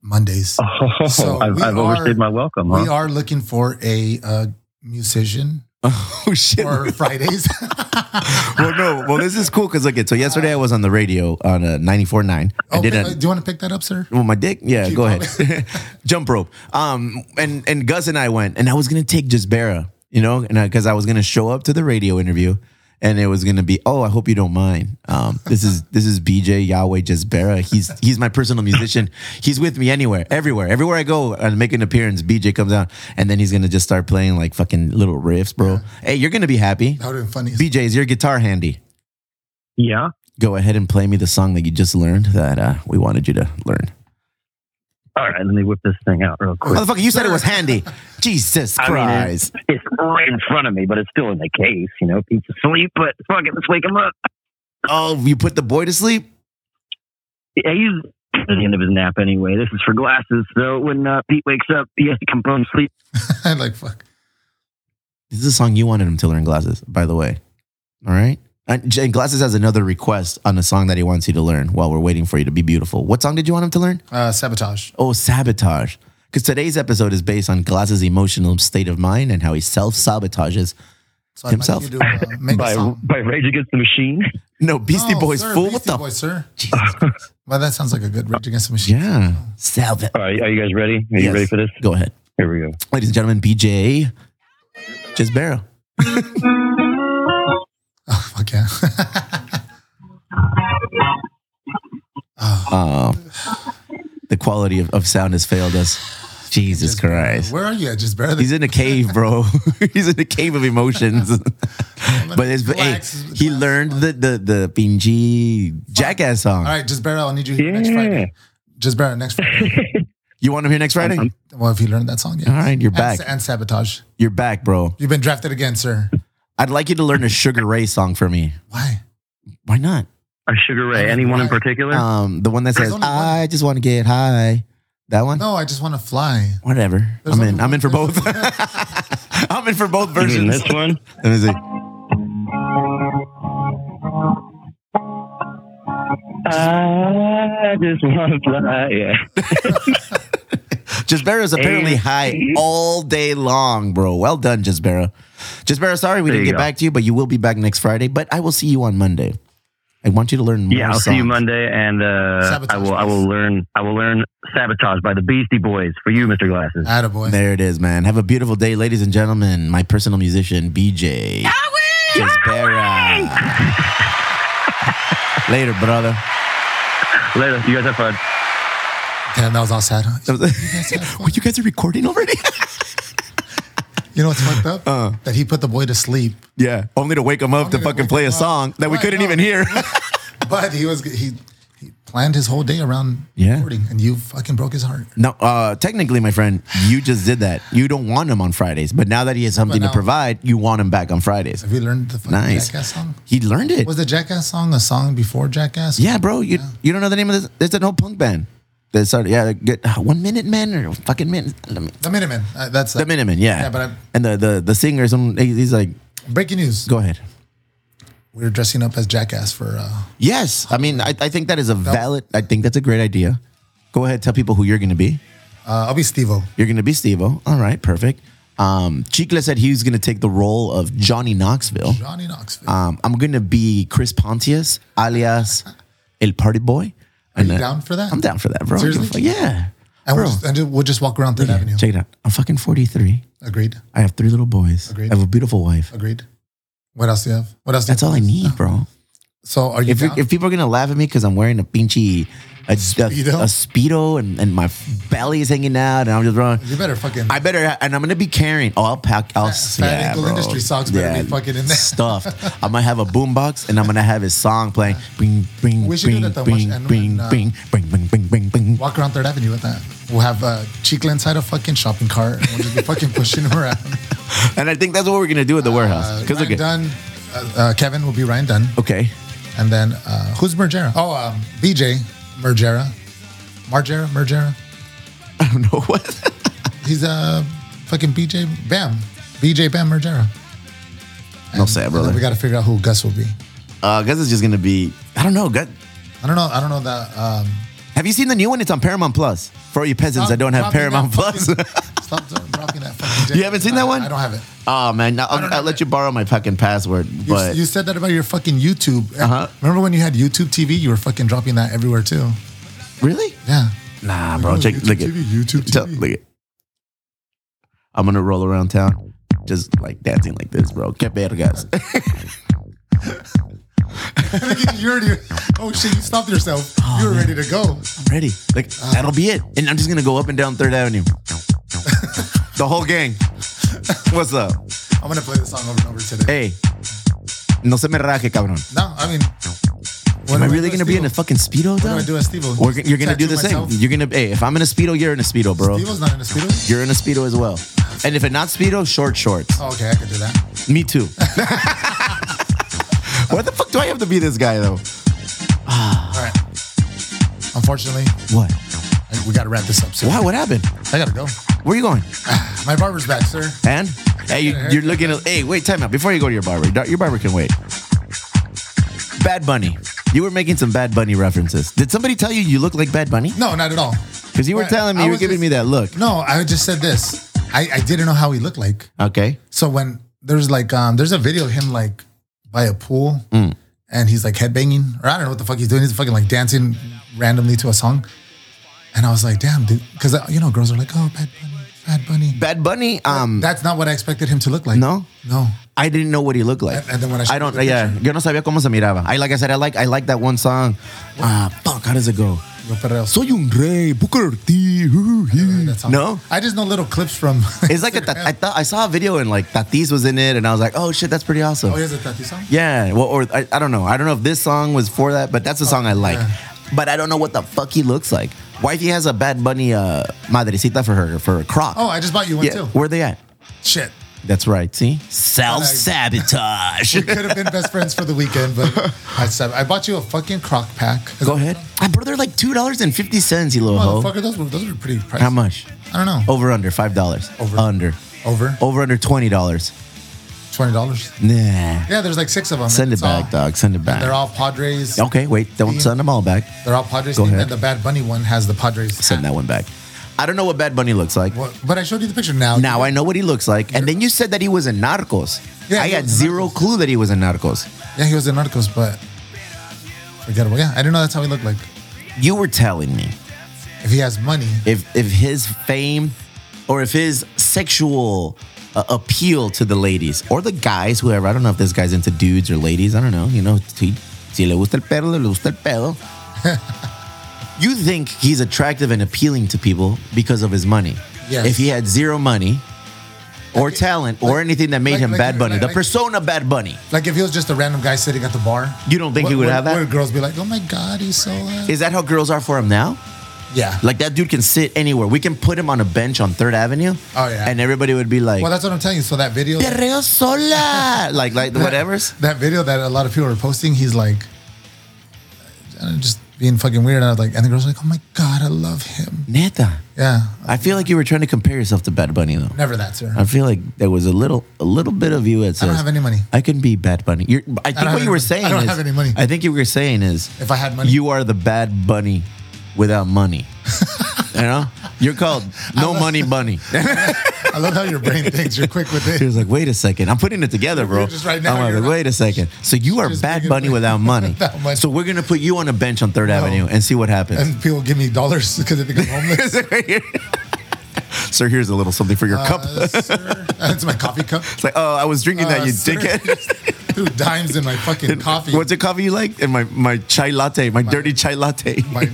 Speaker 3: Mondays.
Speaker 6: Oh,
Speaker 3: So
Speaker 6: I've,
Speaker 3: we
Speaker 6: I've
Speaker 3: are-
Speaker 6: overstayed my welcome,
Speaker 2: Uh-huh.
Speaker 3: We
Speaker 6: huh?
Speaker 3: are looking for a uh, musician
Speaker 2: Oh shit!
Speaker 3: for Fridays.
Speaker 2: well, no. Well, this is cool because look, it. So yesterday I was on the radio on uh, 94.9. I
Speaker 3: Oh,
Speaker 2: did
Speaker 3: do
Speaker 2: a
Speaker 3: you want to pick that up, sir?
Speaker 2: well, my dick. Yeah,
Speaker 3: Keep
Speaker 2: go
Speaker 3: on.
Speaker 2: ahead. Jump rope. Um, and and Gus and I went, and I was gonna take Jisbera, you know, and because I, was gonna show up to the radio interview, and it was gonna be, oh, I hope you don't mind. Um, this is this is BJ Yahweh Jisbera. He's he's my personal musician. He's with me anywhere, everywhere, everywhere I go and make an appearance. BJ comes out, and then he's gonna just start playing like fucking little riffs, bro. Hey, you're gonna be happy.
Speaker 3: That would have been funny.
Speaker 2: BJ, is your guitar handy?
Speaker 6: Yeah.
Speaker 2: go ahead and play me the song that you just learned that uh, we wanted you to learn.
Speaker 6: All right, let me whip this thing out real quick.
Speaker 2: Motherfucker, you said it was handy. Jesus
Speaker 6: I mean,
Speaker 2: Christ.
Speaker 6: It's right in front of me, but it's still in the case. You know, he's asleep, but fuck it, let's wake him up.
Speaker 2: oh, you put the boy to sleep?
Speaker 6: Yeah, he's at the end of his nap anyway. This is for glasses. So when uh, Pete wakes up, he has to come home sleep.
Speaker 3: I'm like, fuck.
Speaker 2: This is a song you wanted him to learn, Glasses, by the way. All right? And J- and Glasses has another request on a song that he wants you to learn while we're waiting for you to be beautiful. What song did you want him to learn?
Speaker 3: Uh, sabotage.
Speaker 2: Oh, Sabotage. Because today's episode is based on Glasses' emotional state of mind and how he self sabotages.
Speaker 3: So I'd
Speaker 2: Himself.
Speaker 3: like you to uh, make a
Speaker 6: By,
Speaker 3: song.
Speaker 6: by Rage Against the Machine.
Speaker 2: No, Beastie
Speaker 3: No,
Speaker 2: Boys,
Speaker 3: Oh, sir,
Speaker 2: fool. what
Speaker 3: Beastie
Speaker 2: the?
Speaker 3: Boys, sir. Well, that sounds like a good Rage Against the Machine.
Speaker 2: yeah. Salve.
Speaker 6: All right, are you guys ready? Are you
Speaker 2: Yes.
Speaker 6: ready for this?
Speaker 2: Go ahead.
Speaker 6: Here we go.
Speaker 2: Ladies and gentlemen, BJ Jisbera.
Speaker 3: Oh, fuck yeah.
Speaker 2: Oh, the quality of, of sound has failed us. Jesus Christ.
Speaker 3: Where are you at? Just barely.
Speaker 2: He's in a cave, bro. He's in a cave of emotions. but it's, but, hey,
Speaker 3: Relax.
Speaker 2: he learned the the the Pinji Jackass song.
Speaker 3: All right, just barely. I'll need you here next
Speaker 6: Yeah.
Speaker 3: Friday. Just barely next Friday.
Speaker 2: You want him here next Friday?
Speaker 3: well, if you learned that song, yeah.
Speaker 2: All right, you're
Speaker 3: And
Speaker 2: back.
Speaker 3: sa- And, sabotage.
Speaker 2: You're back, bro.
Speaker 3: You've been drafted again, sir.
Speaker 2: I'd like you to learn a Sugar Ray song for me.
Speaker 3: Why?
Speaker 2: Why not?
Speaker 6: Or Sugar Ray. Anyone in particular?
Speaker 3: Uh,
Speaker 2: Um, the one that
Speaker 3: There's
Speaker 2: says
Speaker 3: only one.
Speaker 2: I just want to get high. That one.
Speaker 3: No, I just want to fly.
Speaker 2: Whatever.
Speaker 3: There's
Speaker 2: I'm
Speaker 3: only
Speaker 2: in. I'm in
Speaker 3: one.
Speaker 2: for both. I'm in for both
Speaker 6: You mean
Speaker 2: versions.
Speaker 6: this one?
Speaker 2: Let me see.
Speaker 6: I just want to fly. Yeah.
Speaker 2: Jisbera's apparently
Speaker 6: And-
Speaker 2: high all day long, bro. Well done, Jisbera. Jisbera, sorry we
Speaker 6: There
Speaker 2: didn't
Speaker 6: you
Speaker 2: get
Speaker 6: go.
Speaker 2: back to you, but you will be back next Friday. But I will see you on Monday. I want you to learn more.
Speaker 6: Yeah, I'll see you
Speaker 2: songs.
Speaker 6: Monday, and uh,
Speaker 3: Sabotage,
Speaker 6: I will. I will
Speaker 3: please.
Speaker 6: learn. I will learn "Sabotage" by the Beastie Boys for you, Mr. Glasses.
Speaker 3: Attaboy.
Speaker 2: There it is, man. Have a beautiful day, ladies and gentlemen. My personal musician, BJ. Gisbera. Later, brother.
Speaker 3: Ah.
Speaker 6: Later, you guys have fun.
Speaker 3: Damn, that was all sad.
Speaker 2: That was- Wait, you guys are recording already?
Speaker 3: You know what's fucked up?
Speaker 2: Uh.
Speaker 3: that he put the boy to sleep,
Speaker 2: yeah, only to wake them up to
Speaker 3: Only to
Speaker 2: fucking
Speaker 3: wake
Speaker 2: play a
Speaker 3: 'em up.
Speaker 2: song that we
Speaker 3: Right,
Speaker 2: couldn't
Speaker 3: no.
Speaker 2: even hear.
Speaker 3: but he was he, he planned his whole day around
Speaker 2: Yeah.
Speaker 3: recording, and you fucking broke his heart.
Speaker 2: no, uh, technically, my friend, you just did that. You don't want him on Fridays, but now that he has something
Speaker 3: But
Speaker 2: to
Speaker 3: now-
Speaker 2: provide, you want him back on Fridays.
Speaker 3: Have you learned the fucking
Speaker 2: Nice.
Speaker 3: Jackass song?
Speaker 2: He learned it.
Speaker 3: Was the Jackass song a song before Jackass?
Speaker 2: Yeah, bro. You you don't know the name of this? There's an old punk band. That started, yeah, get, uh, one minute man or fucking minute. Let me,
Speaker 3: The Minutemen. Uh, that's
Speaker 2: the Minutemen, yeah.
Speaker 3: Yeah, but I'm-
Speaker 2: and the the the singer, some he- he's like,
Speaker 3: breaking news.
Speaker 2: go ahead.
Speaker 3: We were dressing up as Jackass for. Uh,
Speaker 2: Yes, I mean, I, I think that is a valid. I think that's a great idea. Go ahead, tell people who you're going to be.
Speaker 3: uh, I'll be Stevo.
Speaker 2: You're going to be Steve-O. All right, perfect. Um, Chicle said he was going to take the role of Johnny Knoxville.
Speaker 3: Johnny Knoxville.
Speaker 2: Um, I'm going to be Chris Pontius, alias El Party Boy. And,
Speaker 3: you
Speaker 2: uh,
Speaker 3: down for that?
Speaker 2: I'm down for that, bro. I give a
Speaker 3: Seriously?
Speaker 2: fuck- Yeah.
Speaker 3: and
Speaker 2: bro.
Speaker 3: we'll just, and ju- we'll just walk around Third Avenue.
Speaker 2: Check it out. I'm fucking 43.
Speaker 3: Agreed.
Speaker 2: I have three little boys.
Speaker 3: Agreed.
Speaker 2: I have a beautiful wife.
Speaker 3: Agreed. What else do you have? What else? Do
Speaker 2: That's
Speaker 3: you
Speaker 2: all I
Speaker 3: have?
Speaker 2: need, bro.
Speaker 3: So are you?
Speaker 2: If,
Speaker 3: down?
Speaker 2: if people are gonna laugh at me because I'm wearing a pinchy a speedo,
Speaker 3: Speedo?
Speaker 2: a, speedo and, and my belly is hanging out and I'm just running,
Speaker 3: you better fucking.
Speaker 2: I better and I'm gonna be carrying. Oh, I'll pack. I'll
Speaker 3: Fat ankle industry socks better be fucking in there.
Speaker 2: Stuffed. I might have a boombox and I'm gonna have his song playing. Bing, bing,
Speaker 3: We should do
Speaker 2: bing,
Speaker 3: that though,
Speaker 2: bing,
Speaker 3: watch- and
Speaker 2: bing,
Speaker 3: when, uh,
Speaker 2: bing, bing, bing, bing, bing, bing.
Speaker 3: walk around Third Avenue with that. We'll have uh, Chicle inside a fucking shopping cart. and We'll just be fucking pushing him around.
Speaker 2: And I think that's what we're gonna do at the warehouse.
Speaker 3: Uh,
Speaker 2: Because
Speaker 3: Ryan
Speaker 2: okay,
Speaker 3: Dunn, uh, uh, Kevin will be Ryan Dunn,
Speaker 2: okay,
Speaker 3: and then uh, who's Mergera? Oh, um, BJ Mergera, Margera, Mergera.
Speaker 2: I don't know what.
Speaker 3: He's uh, fucking BJ Bam, BJ Bam Mergera.
Speaker 2: No sad,
Speaker 3: And then
Speaker 2: brother.
Speaker 3: we got to figure out who Gus will be.
Speaker 2: uh, Gus is just gonna be. I don't know. Gus,
Speaker 3: I don't know. I don't know that. Um,
Speaker 2: have you seen the new one? It's on Paramount Plus. For all you peasants that don't have
Speaker 3: Dropping
Speaker 2: Paramount
Speaker 3: that
Speaker 2: Plus.
Speaker 3: fucking- Stop dropping that fucking.
Speaker 2: You haven't seen that
Speaker 3: I-
Speaker 2: one?
Speaker 3: I don't have it.
Speaker 2: Oh man, now, I'll,
Speaker 3: don't know
Speaker 2: I'll let
Speaker 3: that.
Speaker 2: you borrow my fucking password.
Speaker 3: You,
Speaker 2: But
Speaker 3: you said that about your fucking YouTube.
Speaker 2: Uh-huh.
Speaker 3: Remember when you had YouTube TV? You were fucking dropping that everywhere too.
Speaker 2: really?
Speaker 3: Yeah.
Speaker 2: Nah, Ah, bro.
Speaker 3: Oh,
Speaker 2: Check.
Speaker 3: YouTube
Speaker 2: look at
Speaker 3: TV, YouTube
Speaker 2: Tell-
Speaker 3: TV.
Speaker 2: look at. I'm gonna roll around town, just like dancing like this, bro. Que vergas.
Speaker 3: you already. Oh shit! You stopped yourself.
Speaker 2: Oh,
Speaker 3: you were ready to go.
Speaker 2: Ready? Like that'll be it, and I'm just gonna go up and down Third Avenue. the whole gang. What's up?
Speaker 3: I'm gonna play the song over and over today.
Speaker 2: Hey. No se me raje, cabrón.
Speaker 3: No, I mean. What
Speaker 2: Am I
Speaker 3: do
Speaker 2: really
Speaker 3: do
Speaker 2: gonna
Speaker 3: as
Speaker 2: be in a
Speaker 3: Steve-O?
Speaker 2: fucking speedo
Speaker 3: What
Speaker 2: though?
Speaker 3: do I do as Steve-O?
Speaker 2: We're gonna- you're gonna do the
Speaker 3: Tattoo
Speaker 2: same.
Speaker 3: myself?
Speaker 2: You're gonna hey, if I'm in a speedo, you're in a speedo, bro.
Speaker 3: Steve-O's not in a speedo.
Speaker 2: You're in a speedo as well. And if it not speedo, short shorts.
Speaker 3: Oh, okay, I could do that.
Speaker 2: Me too. Why the fuck do I have to be this guy though?
Speaker 3: All right. Unfortunately,
Speaker 2: What?
Speaker 3: I- we gotta wrap this up. So
Speaker 2: Why? What happened?
Speaker 3: I gotta go.
Speaker 2: Where you going?
Speaker 3: My barber's back, sir.
Speaker 2: And hey, you, you're looking. At, hey, wait, time out. Before you go to your barber, your barber can wait. Bad Bunny. You were making some Bad Bunny references. Did somebody tell you you look like Bad Bunny?
Speaker 3: No, not at all.
Speaker 2: Because you were
Speaker 3: Right,
Speaker 2: telling me
Speaker 3: I
Speaker 2: you were
Speaker 3: was
Speaker 2: giving
Speaker 3: just-
Speaker 2: me that look.
Speaker 3: No, I just said this. I, I didn't know how he looked like.
Speaker 2: Okay.
Speaker 3: So when there's like um there's a video of him like by a pool
Speaker 2: Mm.
Speaker 3: and he's like headbanging or I don't know what the fuck he's doing. He's fucking like dancing randomly to a song. And I was like, damn, dude, because you know girls are like, oh, bad bunny, bad bunny.
Speaker 2: Bad Bunny. Um,
Speaker 3: That's not what I expected him to look like.
Speaker 2: No?
Speaker 3: no.
Speaker 2: I didn't know what he looked like.
Speaker 3: And- and then when I showed
Speaker 2: I don't.
Speaker 3: you the
Speaker 2: yeah, yo no sabía cómo se miraba. I like I said, I like I like that one song. Ah, fuck. How does it go?
Speaker 3: Yo, perreo.
Speaker 2: Soy un rey, Booker T. hoo, hee.
Speaker 3: That song.
Speaker 2: No,
Speaker 3: I just know little clips from.
Speaker 2: it's like a, ta- I thought I saw a video and like Tatis was in it, and I was like, oh shit, that's pretty awesome.
Speaker 3: oh, he has a tattoo song.
Speaker 2: Yeah, well, or I, I don't know. I don't know if this song was for that, but that's the song I like.
Speaker 3: Oh, yeah.
Speaker 2: But I don't know what the fuck he looks like. Wifey has a Bad Bunny uh, madrecita for her for a croc.
Speaker 3: Oh, I just bought you one
Speaker 2: yeah.
Speaker 3: too.
Speaker 2: Where they at?
Speaker 3: Shit,
Speaker 2: That's right. See, self sabotage.
Speaker 3: we could have been best friends for the weekend, but I said I bought you a fucking crock pack.
Speaker 2: Go ahead. I brought her like two dollars and fifty cents, you little hoe.
Speaker 3: Motherfucker, those were those were pretty pricey.
Speaker 2: Uh-huh. How much? Oh.
Speaker 3: I don't know.
Speaker 2: Over under five dollars.
Speaker 3: Over.
Speaker 2: under.
Speaker 3: Over
Speaker 2: Over under twenty dollars.
Speaker 3: twenty dollars.
Speaker 2: Nah.
Speaker 3: Yeah, there's like six of them.
Speaker 2: Send it
Speaker 3: It's
Speaker 2: back,
Speaker 3: all-
Speaker 2: dog. Send it back.
Speaker 3: They're all Padres.
Speaker 2: okay, wait. Don't send them all back.
Speaker 3: They're all Padres.
Speaker 2: Go
Speaker 3: themed,
Speaker 2: ahead.
Speaker 3: And the Bad Bunny one has the Padres.
Speaker 2: Send that one back. I don't know what Bad Bunny looks like.
Speaker 3: Well, But I showed you the picture now.
Speaker 2: Now I know what he looks like. And then you said that he was in Narcos.
Speaker 3: Yeah,
Speaker 2: I
Speaker 3: he
Speaker 2: had
Speaker 3: was in
Speaker 2: zero
Speaker 3: Narcos.
Speaker 2: clue that he was in Narcos.
Speaker 3: Yeah, he was in Narcos, but Forgettable. Yeah, I didn't know that's how he looked like.
Speaker 2: You were telling me
Speaker 3: If he has money,
Speaker 2: if if his fame or if his sexual uh, appeal to the ladies or the guys, whoever. I don't know if this guy's into dudes or ladies. I don't know. You know, si, si le gusta el pedo, le gusta el pedo. you think he's attractive and appealing to people because of his money.
Speaker 3: Yes.
Speaker 2: If he had zero money or talent or
Speaker 3: like-
Speaker 2: anything that made
Speaker 3: like-
Speaker 2: him
Speaker 3: like-
Speaker 2: Bad Bunny,
Speaker 3: like-
Speaker 2: the
Speaker 3: like-
Speaker 2: persona Bad Bunny.
Speaker 3: like if he was just a random guy sitting at the bar,
Speaker 2: You don't think he would have that?
Speaker 3: Would girls be like, "Oh my god, he's so"? hot."
Speaker 2: Is that how girls are for him now?
Speaker 3: yeah.
Speaker 2: Like that dude can sit anywhere. We can put him on a bench on Third Avenue.
Speaker 3: Oh, yeah.
Speaker 2: And everybody would be like,
Speaker 3: well, that's what I'm telling you. So that video,
Speaker 2: Perreo sola. like like whatever's.
Speaker 3: that video that a lot of people are posting, he's like, I don't know, just being fucking weird. And I was like, and the girls like, "Oh my god, I love him."
Speaker 2: Neta.
Speaker 3: Yeah,
Speaker 2: I feel like you were trying to compare yourself to Bad Bunny though.
Speaker 3: never that, sir.
Speaker 2: I feel like there was a little a little bit of you that says
Speaker 3: don't have any money.
Speaker 2: I can be Bad Bunny. You're, I think
Speaker 3: have
Speaker 2: what
Speaker 3: any
Speaker 2: you were
Speaker 3: money.
Speaker 2: saying
Speaker 3: I don't
Speaker 2: is-
Speaker 3: have any money.
Speaker 2: I think you were saying is
Speaker 3: If I had money.
Speaker 2: you are the Bad Bunny without money. you know? You're called No Money Bunny.
Speaker 3: I love how your brain thinks. You're quick with
Speaker 2: He
Speaker 3: it.
Speaker 2: was like, wait a second. I'm putting it together, bro.
Speaker 3: just right now,
Speaker 2: I'm
Speaker 3: you're
Speaker 2: like,
Speaker 3: not-
Speaker 2: wait a second. So you are
Speaker 3: just
Speaker 2: Bad
Speaker 3: making
Speaker 2: Bunny
Speaker 3: money.
Speaker 2: without money.
Speaker 3: Without money.
Speaker 2: So we're going to put you on a bench on 3rd Avenue and see what happens.
Speaker 3: And people give me dollars because they think I'm homeless.
Speaker 2: Sir, here's a little something for your cup.
Speaker 3: Uh, sir, it's my coffee cup.
Speaker 2: It's like, oh, I was drinking that,
Speaker 3: Uh,
Speaker 2: you
Speaker 3: sir,
Speaker 2: dickhead.
Speaker 3: just Threw dimes in my fucking coffee.
Speaker 2: What's the coffee you like? And my, my chai latte, my, dirty chai latte.
Speaker 3: My,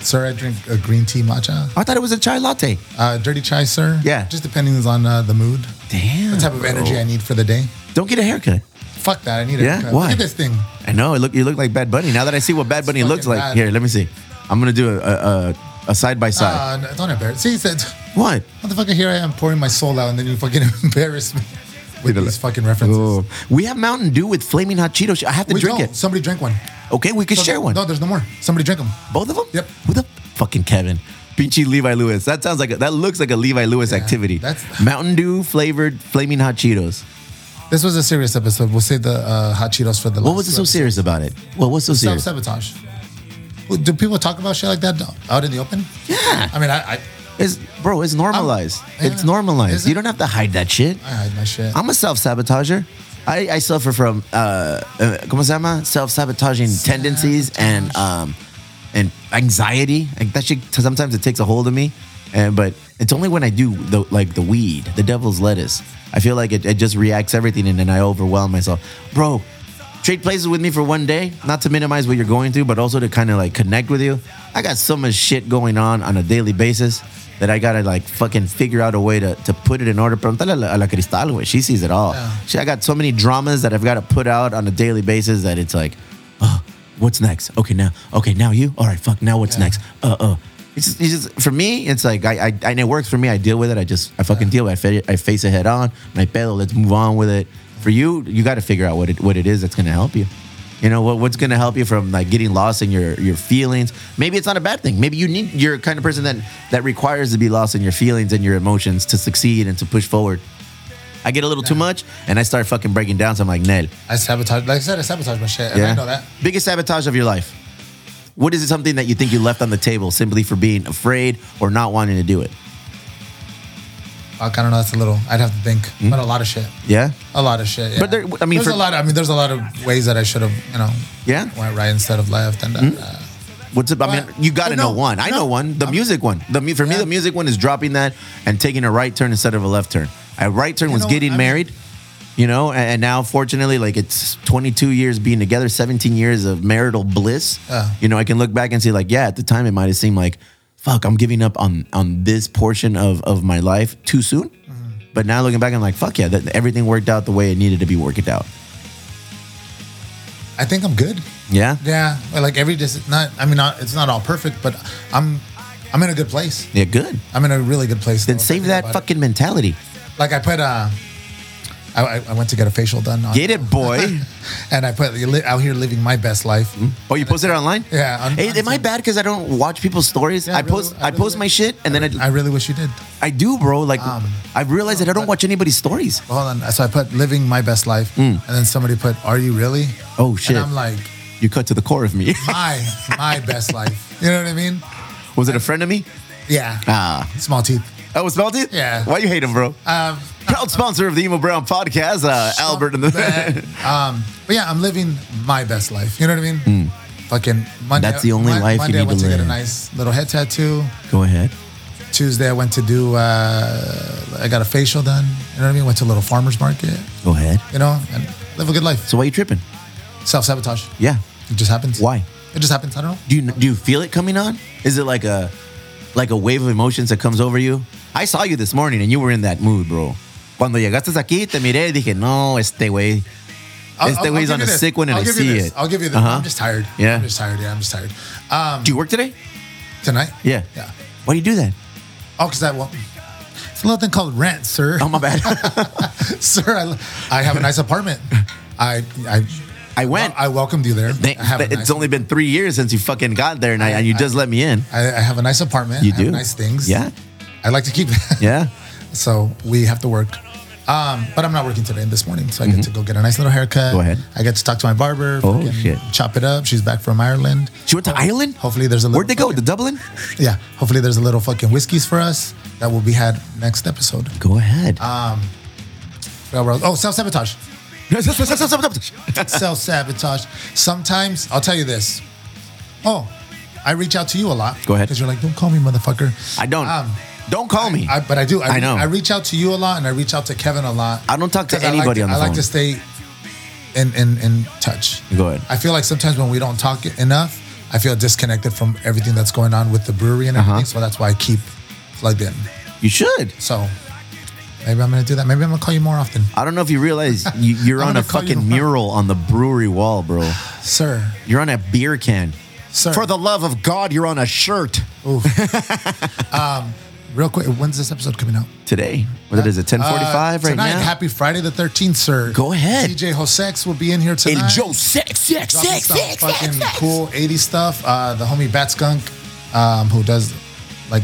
Speaker 3: sir, I drink a green tea matcha.
Speaker 2: I thought it was a chai latte.
Speaker 3: Uh, dirty chai, sir.
Speaker 2: Yeah.
Speaker 3: Just depending on uh, the mood,
Speaker 2: Damn.
Speaker 3: the type of
Speaker 2: bro.
Speaker 3: energy I need for the day.
Speaker 2: Don't get a haircut.
Speaker 3: Fuck that. I need it.
Speaker 2: Yeah?
Speaker 3: Look
Speaker 2: Why?
Speaker 3: at this thing.
Speaker 2: I know. It look, you look like Bad Bunny. Now that I see what Bad Bunny looks
Speaker 3: fucking
Speaker 2: like,
Speaker 3: bad.
Speaker 2: here, let me see. I'm going to do a- a, a, a side by side.
Speaker 3: Uh, no, don't embarrass. See, he said,
Speaker 2: What?
Speaker 3: motherfucker, here I am pouring my soul out, and then you fucking embarrass me with these fucking references.
Speaker 2: Oh. We have Mountain Dew with flaming hot Cheetos. I have to
Speaker 3: We
Speaker 2: drink
Speaker 3: don't.
Speaker 2: it.
Speaker 3: Somebody drank one.
Speaker 2: Okay, we could
Speaker 3: So
Speaker 2: share
Speaker 3: th-
Speaker 2: one.
Speaker 3: No, there's no more. Somebody drink them.
Speaker 2: Both of them?
Speaker 3: Yep.
Speaker 2: Who the fucking Kevin? Pinchy Levi Lewis. That sounds like a, that looks like a Levi Lewis
Speaker 3: Yeah,
Speaker 2: activity.
Speaker 3: that's-
Speaker 2: Mountain Dew flavored flaming hot Cheetos.
Speaker 3: This was a serious episode. We'll save the uh, hot Cheetos for the.
Speaker 2: What
Speaker 3: last
Speaker 2: was it so
Speaker 3: episode.
Speaker 2: serious about it? What was so
Speaker 3: Self
Speaker 2: serious?
Speaker 3: sabotage. Do people talk about shit like that out in the open?
Speaker 2: Yeah.
Speaker 3: I mean, I, I,
Speaker 2: It's, bro, it's normalized.
Speaker 3: yeah.
Speaker 2: It's normalized.
Speaker 3: Is
Speaker 2: You
Speaker 3: it?
Speaker 2: don't have to hide that shit.
Speaker 3: I hide my shit.
Speaker 2: I'm a self sabotager. I, I suffer from uh, uh como se llama? self sabotaging tendencies and um and anxiety. Like that shit sometimes it takes a hold of me. And but it's only when I do the like the weed, the devil's lettuce. I feel like it, it just reacts everything and then I overwhelm myself. Bro, trade places with me for one day, not to minimize what you're going through, but also to kind of like connect with you. I got so much shit going on on a daily basis that I gotta like fucking figure out a way to, to put it in order. Preguntale a la, a la Cristal, güey. She sees it all.
Speaker 3: Yeah.
Speaker 2: She, I got so many dramas that I've gotta put out on a daily basis that it's like, oh, what's next? Okay, now, okay, now you? All right, fuck, now what's next? Uh, uh. It's just, it's just, for me, it's like, I, I, and it works for me. I deal with it. I just, I fucking deal with it. I, fa- I face it head on. My pedo, let's move on with it. For you, you gotta figure out what it, what it is that's gonna help you. You know what? What's gonna help you from like getting lost in your your feelings? Maybe it's not a bad thing. Maybe you need you're a kind of person that that requires to be lost in your feelings and your emotions to succeed and to push forward. I get a little too much and I start fucking breaking down. So I'm like, Nel,
Speaker 3: I sabotage. Like I said, I sabotage my shit. and I know that.
Speaker 2: biggest sabotage of your life. What is it something that you think you left on the table simply for being afraid or not wanting to do it?
Speaker 3: Fuck, I don't know. That's a little. I'd have to think.
Speaker 2: Hmm?
Speaker 3: But a lot of shit.
Speaker 2: Yeah,
Speaker 3: A lot of shit. yeah.
Speaker 2: But there- I mean,
Speaker 3: there's
Speaker 2: for-
Speaker 3: a lot. I mean, there's a lot of ways that I should have, you know,
Speaker 2: Yeah? Hmm?
Speaker 3: went right instead of left. And uh,
Speaker 2: What's up? I mean,
Speaker 3: But-
Speaker 2: you got to
Speaker 3: but Uh, no,
Speaker 2: know one. I
Speaker 3: no.
Speaker 2: know one. The music one. The mu- for me,
Speaker 3: Yeah.
Speaker 2: the music one is dropping that and taking a right turn instead of a left turn. A right turn was
Speaker 3: know,
Speaker 2: getting
Speaker 3: I mean-
Speaker 2: married, you know, and, and now fortunately, like it's 22 years being together, 17 years of marital bliss.
Speaker 3: Yeah.
Speaker 2: You know, I can look back and see, like, yeah, at the time it might have seemed like, fuck, I'm giving up on on this portion of of my life too soon.
Speaker 3: Mm-hmm.
Speaker 2: But now looking back, I'm like, fuck yeah, that, everything worked out the way it needed to be worked out.
Speaker 3: I think I'm good.
Speaker 2: Yeah.
Speaker 3: Yeah, like every dis not. I mean, not, it's not all perfect, but I'm, I'm in a good place.
Speaker 2: Yeah, good.
Speaker 3: I'm in a really good place.
Speaker 2: Then
Speaker 3: though, if I
Speaker 2: save
Speaker 3: think
Speaker 2: that
Speaker 3: about it.
Speaker 2: fucking mentality.
Speaker 3: Like I put uh, I, I- I went to get a facial done. On,
Speaker 2: Get it, boy.
Speaker 3: And I put li- out here living my best life.
Speaker 2: Oh, you posted it online?
Speaker 3: Yeah, on-
Speaker 2: hey,
Speaker 3: on
Speaker 2: am I
Speaker 3: some-
Speaker 2: bad because I don't watch people's stories?
Speaker 3: Yeah,
Speaker 2: I post,
Speaker 3: really-
Speaker 2: I, post
Speaker 3: really-
Speaker 2: my shit, and then
Speaker 3: I
Speaker 2: I,
Speaker 3: really wish you did.
Speaker 2: I do, bro. Like,
Speaker 3: Um,
Speaker 2: I've realized that I don't watch anybody's stories.
Speaker 3: Hold on. So I put living my best life, and then somebody put, "Are you really?"
Speaker 2: Hmm. Oh shit!
Speaker 3: And I'm like,
Speaker 2: you cut to the core of me.
Speaker 3: my my best life. You know what I mean?
Speaker 2: Was it a friend of me?
Speaker 3: Yeah.
Speaker 2: Ah,
Speaker 3: Small teeth.
Speaker 2: oh, was Smelt it?
Speaker 3: Yeah.
Speaker 2: Why you hate him, bro?
Speaker 3: Um,
Speaker 2: Proud sponsor of the Emo Brown podcast, uh, Albert and the.
Speaker 3: um, but yeah, I'm living my best life. You know what I mean? Fucking Monday.
Speaker 2: Hmm. That's the only
Speaker 3: Mon-
Speaker 2: life you
Speaker 3: Monday I
Speaker 2: need
Speaker 3: went
Speaker 2: to
Speaker 3: to get a
Speaker 2: live.
Speaker 3: nice little head tattoo.
Speaker 2: Go ahead.
Speaker 3: Tuesday I went to do. Uh, I got a facial done. You know what I mean? Went to a little farmers market.
Speaker 2: Go ahead.
Speaker 3: You know, and live a good life.
Speaker 2: So why you tripping?
Speaker 3: Self sabotage.
Speaker 2: Yeah.
Speaker 3: It just happens.
Speaker 2: Why?
Speaker 3: It just happens. I don't know.
Speaker 2: Do you do you feel it coming on? Is it like a like a wave of emotions that comes over you? I saw you this morning and you were in that mood, bro. Cuando llegaste aquí, te miré y dije, no, este güey. Este güey's
Speaker 3: give
Speaker 2: on
Speaker 3: you
Speaker 2: a
Speaker 3: this.
Speaker 2: sick one and
Speaker 3: I'll
Speaker 2: I
Speaker 3: give you
Speaker 2: see
Speaker 3: this.
Speaker 2: it.
Speaker 3: I'll give you this.
Speaker 2: Uh-huh.
Speaker 3: I'm just tired.
Speaker 2: Yeah.
Speaker 3: I'm just tired. Yeah, I'm just tired. Um,
Speaker 2: Do you work today?
Speaker 3: tonight?
Speaker 2: Yeah.
Speaker 3: Yeah.
Speaker 2: Why do you do that?
Speaker 3: Oh, because that won't. It's a little thing called rent, sir.
Speaker 2: Oh my bad.
Speaker 3: sir, I, I have a nice apartment. I I
Speaker 2: I went.
Speaker 3: I welcomed you there.
Speaker 2: Thanks.
Speaker 3: I have a
Speaker 2: It's
Speaker 3: nice,
Speaker 2: only been three years since you fucking got there, and, I, and you just let me in.
Speaker 3: I, I have a nice apartment.
Speaker 2: You
Speaker 3: I
Speaker 2: do
Speaker 3: have nice things.
Speaker 2: Yeah,
Speaker 3: I like to keep that.
Speaker 2: yeah.
Speaker 3: So we have to work. Um, but I'm not working today and this morning, so I get to go get a nice little haircut.
Speaker 2: Mm-hmm. Go ahead.
Speaker 3: I get to talk to my barber.
Speaker 2: Oh,
Speaker 3: fucking
Speaker 2: shit.
Speaker 3: Chop it up. She's back from Ireland.
Speaker 2: She went to Ireland.
Speaker 3: Hopefully, there's a little.
Speaker 2: Where'd they go? To Dublin?
Speaker 3: Yeah. Hopefully, there's a little fucking whiskeys for us that will be had next episode.
Speaker 2: Go ahead.
Speaker 3: Uh, Oh, self sabotage.
Speaker 2: That's
Speaker 3: self sabotage. Sometimes I'll tell you this. Oh, I reach out to you a lot.
Speaker 2: Go ahead.
Speaker 3: Because you're like, don't call me, motherfucker.
Speaker 2: I don't.
Speaker 3: Um,
Speaker 2: don't call me.
Speaker 3: I, but I do.
Speaker 2: I know.
Speaker 3: I reach out to you a lot, and I reach out to Kevin a lot.
Speaker 2: I don't talk to
Speaker 3: 'Cause I like
Speaker 2: anybody
Speaker 3: to-
Speaker 2: on the
Speaker 3: I like
Speaker 2: phone.
Speaker 3: to stay in in in touch.
Speaker 2: Go ahead.
Speaker 3: I feel like sometimes when we don't talk enough, I feel disconnected from everything that's going on with the brewery and
Speaker 2: Uh-huh.
Speaker 3: everything. So that's why I keep plugged in.
Speaker 2: you should.
Speaker 3: So maybe I'm gonna do that. Maybe I'm gonna call you more often,
Speaker 2: I don't know if you realize you, you're
Speaker 3: I'm
Speaker 2: on
Speaker 3: gonna
Speaker 2: a
Speaker 3: call you
Speaker 2: fucking
Speaker 3: tomorrow.
Speaker 2: mural on the brewery wall, bro.
Speaker 3: sir.
Speaker 2: You're on a beer can.
Speaker 3: Sir.
Speaker 2: For the love of God, you're on a shirt
Speaker 3: Real quick, when's this episode coming out?
Speaker 2: today. What is it? 10:45
Speaker 3: Uh,
Speaker 2: right
Speaker 3: tonight,
Speaker 2: now.
Speaker 3: Happy Friday the 13th, sir.
Speaker 2: Go ahead.
Speaker 3: DJ Josex will be in here tonight.
Speaker 2: and Joe six six
Speaker 3: dropping
Speaker 2: six
Speaker 3: some
Speaker 2: six
Speaker 3: fucking
Speaker 2: six six.
Speaker 3: cool 80s stuff. Uh, the homie Batskunk, um, who does like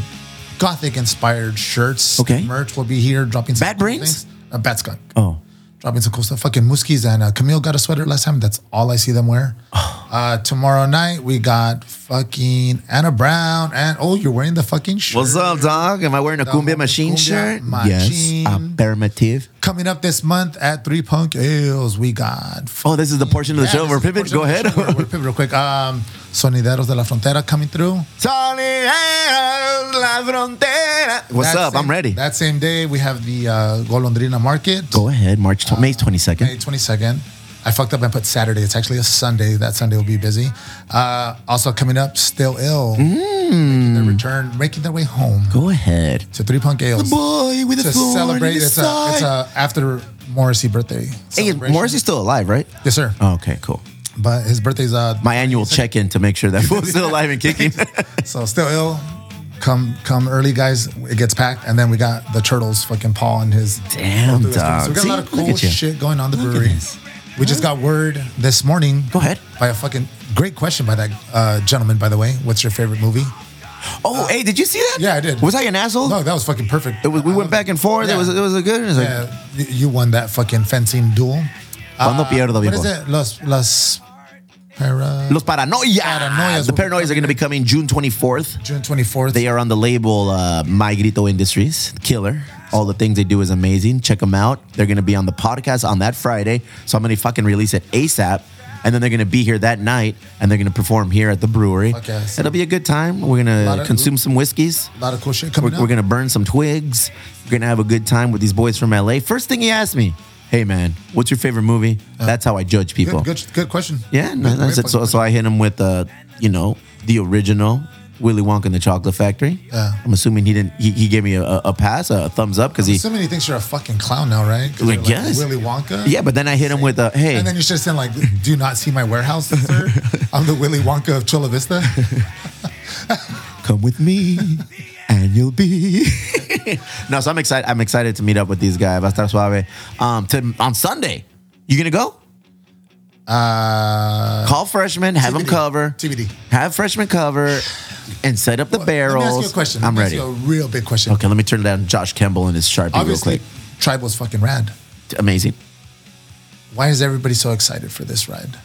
Speaker 3: gothic inspired shirts.
Speaker 2: Okay.
Speaker 3: Merch will be here dropping some
Speaker 2: Bat
Speaker 3: cool
Speaker 2: Brains?
Speaker 3: things. Uh, Batskunk.
Speaker 2: Oh,
Speaker 3: Dropping some cool stuff. Fucking Muskies and uh, Camille got a sweater last time. That's all I see them wear. Uh, tomorrow night, we got fucking Anna Brown. And oh, you're wearing the fucking shirt.
Speaker 2: what's up, dog? Am I wearing a
Speaker 3: The
Speaker 2: cumbia
Speaker 3: homie
Speaker 2: machine
Speaker 3: Cumbia
Speaker 2: shirt?
Speaker 3: Machine.
Speaker 2: Yes, affirmative.
Speaker 3: Coming up this month at Three Punk Ales, we got
Speaker 2: Oh, this is the portion of the show
Speaker 3: Yeah, this
Speaker 2: where
Speaker 3: is the
Speaker 2: Pippin.
Speaker 3: portion
Speaker 2: Go
Speaker 3: of the
Speaker 2: ahead.
Speaker 3: show where- where Pippin real quick. Um, Sonideros de la Frontera coming through.
Speaker 2: Tony Heroes, La Frontera. What's
Speaker 3: That
Speaker 2: up?
Speaker 3: same-
Speaker 2: I'm ready.
Speaker 3: That same day, we have the uh, Golondrina Market.
Speaker 2: Go ahead, March tw- May 22nd.
Speaker 3: Uh, May 22nd. I fucked up and put Saturday. It's actually a Sunday. That Sunday will be busy. Uh, also coming up, Still Ill.
Speaker 2: Mm.
Speaker 3: Making their return, making their way home
Speaker 2: Go ahead.
Speaker 3: to Three Punk Ales.
Speaker 2: Boy with
Speaker 3: To celebrate, it's a, it's a after Morrissey birthday.
Speaker 2: Hey,
Speaker 3: celebration.
Speaker 2: Morrissey's still alive, right?
Speaker 3: Yes, sir.
Speaker 2: Oh, okay, cool.
Speaker 3: But his birthday's uh,
Speaker 2: My annual check-in to make sure that fool's still alive and kicking.
Speaker 3: So still ill. Come come early, guys. It gets packed, and then we got the turtles, fucking Paul and his.
Speaker 2: Damn,
Speaker 3: So we got
Speaker 2: dog.
Speaker 3: a lot
Speaker 2: See?
Speaker 3: of
Speaker 2: Look
Speaker 3: cool
Speaker 2: at you.
Speaker 3: shit going on in the
Speaker 2: Look at
Speaker 3: brewery.
Speaker 2: this.
Speaker 3: We just got word this morning.
Speaker 2: Go ahead.
Speaker 3: By a fucking great question by that uh, gentleman, by the way. What's your favorite movie?
Speaker 2: Oh, hey, did you see that?
Speaker 3: Yeah, I did.
Speaker 2: Was I an asshole?
Speaker 3: No, that was fucking perfect.
Speaker 2: Oh. It was, we went back and forth.
Speaker 3: Yeah.
Speaker 2: It was it was a good. It was like,
Speaker 3: Yeah, you, you won that fucking fencing duel.
Speaker 2: Cuando pierdo,
Speaker 3: Ah, What
Speaker 2: viejo.
Speaker 3: is it? Los Los Para
Speaker 2: Los Paranoia.
Speaker 3: Paranoias
Speaker 2: The
Speaker 3: will be
Speaker 2: Paranoias are going to be coming June 24th.
Speaker 3: June twenty fourth.
Speaker 2: They are on the label uh, My Grito Industries. Killer. All the things they do is amazing. Check them out. They're going to be on the podcast on that Friday. So I'm going to fucking release it ASAP. And then they're going to be here that night and they're going to perform here at the brewery.
Speaker 3: Fuck yes.
Speaker 2: It'll be a good time. We're going
Speaker 3: Lot
Speaker 2: to
Speaker 3: of-
Speaker 2: consume some whiskeys.
Speaker 3: a lot of cool shit
Speaker 2: We're,
Speaker 3: coming up.
Speaker 2: we're gonna burn some twigs. We're gonna have a good time with these boys from LA. First thing he asked me, "Hey man, what's your favorite movie?" That's how I judge people.
Speaker 3: Uh, good, good, good question.
Speaker 2: Yeah, no, that's
Speaker 3: Good- great
Speaker 2: it. So,
Speaker 3: fucking
Speaker 2: so I hit him with, uh, you know, the original Willy Wonka and the Chocolate Factory.
Speaker 3: Yeah.
Speaker 2: I'm assuming he didn't. He, he gave me a, a pass, a thumbs up, because he.
Speaker 3: So many thinks you're a fucking clown now, right? 'Cause
Speaker 2: I
Speaker 3: you're
Speaker 2: guess.
Speaker 3: Willy Wonka.
Speaker 2: Yeah, but then I hit him with a hey.
Speaker 3: And then you should have said like, "Do not see my warehouse, sir. I'm the Willy Wonka of Chula Vista."
Speaker 2: come with me and you'll be no so i'm excited i'm excited to meet up with these guys Va a estar suave um to, on sunday you gonna go uh call freshmen have them
Speaker 3: TBD.
Speaker 2: cover
Speaker 3: TBD.
Speaker 2: have freshmen cover and set up the barrels
Speaker 3: Let me ask you a question.
Speaker 2: i'm
Speaker 3: Let
Speaker 2: ready
Speaker 3: me Ask you a real big question.
Speaker 2: okay let me turn down josh Campbell and his sharpie
Speaker 3: Obviously,
Speaker 2: real quick
Speaker 3: tribal's fucking rad.
Speaker 2: amazing
Speaker 3: Why is everybody so excited for this ride?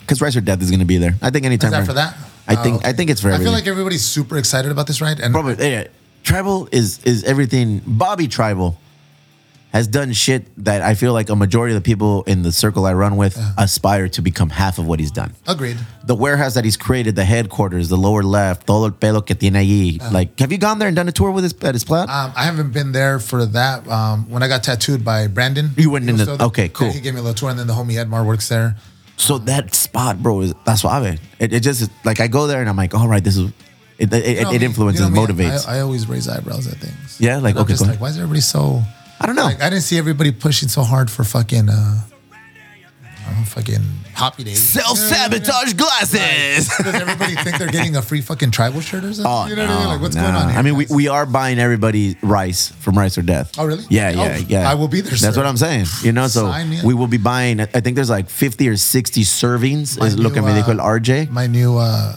Speaker 2: because rice or death is gonna be there i think
Speaker 3: Is
Speaker 2: anytime
Speaker 3: that for that?
Speaker 2: i
Speaker 3: Oh,
Speaker 2: think
Speaker 3: okay.
Speaker 2: i think it's for
Speaker 3: I feel
Speaker 2: everything.
Speaker 3: like everybody's super excited about this ride, and
Speaker 2: Probably yeah. Tribal is is everything. Bobby Tribal has done shit that I feel like a majority of the people in the circle I run with aspire to become half of what he's done.
Speaker 3: Agreed.
Speaker 2: The warehouse that he's created, the headquarters, the lower left, todo el pelo que tiene allí. Like, have you gone there and done a tour with his at his plant?
Speaker 3: Um, I haven't been there for that. Um, when I got tattooed by Brandon,
Speaker 2: You went
Speaker 3: he
Speaker 2: in
Speaker 3: was
Speaker 2: the-
Speaker 3: still there.
Speaker 2: okay,
Speaker 3: Yeah,
Speaker 2: cool.
Speaker 3: he gave me a little tour, and then the homie Edmar works there.
Speaker 2: So that spot, bro, is that's suave. It, it just like I go there and I'm like, all right, this is it. It, it,
Speaker 3: You know
Speaker 2: it
Speaker 3: me-
Speaker 2: influences,
Speaker 3: you know me,
Speaker 2: motivates. I,
Speaker 3: I, I always raise eyebrows at things.
Speaker 2: Yeah, like,
Speaker 3: And I'm
Speaker 2: okay,
Speaker 3: just
Speaker 2: go
Speaker 3: like
Speaker 2: ahead. Oh.
Speaker 3: why is everybody so?
Speaker 2: don't know.
Speaker 3: Like I didn't see everybody pushing so hard for fucking, uh, I don't know, fucking Hoppy Days.
Speaker 2: Self sabotage glasses.
Speaker 3: Does everybody think they're getting a free fucking tribal shirt or something?
Speaker 2: Oh,
Speaker 3: you know what I mean? Like what's
Speaker 2: no,
Speaker 3: going on?
Speaker 2: no.
Speaker 3: Here?
Speaker 2: I mean, we, we are buying everybody rice from Rice or Death.
Speaker 3: Oh, really?
Speaker 2: Yeah,
Speaker 3: Oh,
Speaker 2: yeah, yeah.
Speaker 3: I will be there,
Speaker 2: That's
Speaker 3: sir.
Speaker 2: what I'm saying. You know, so
Speaker 3: Sign me up.
Speaker 2: we will be buying. I think there's like 50 or 60 servings.
Speaker 3: My
Speaker 2: Is look
Speaker 3: new,
Speaker 2: at me, they
Speaker 3: uh,
Speaker 2: call RJ.
Speaker 3: my new uh,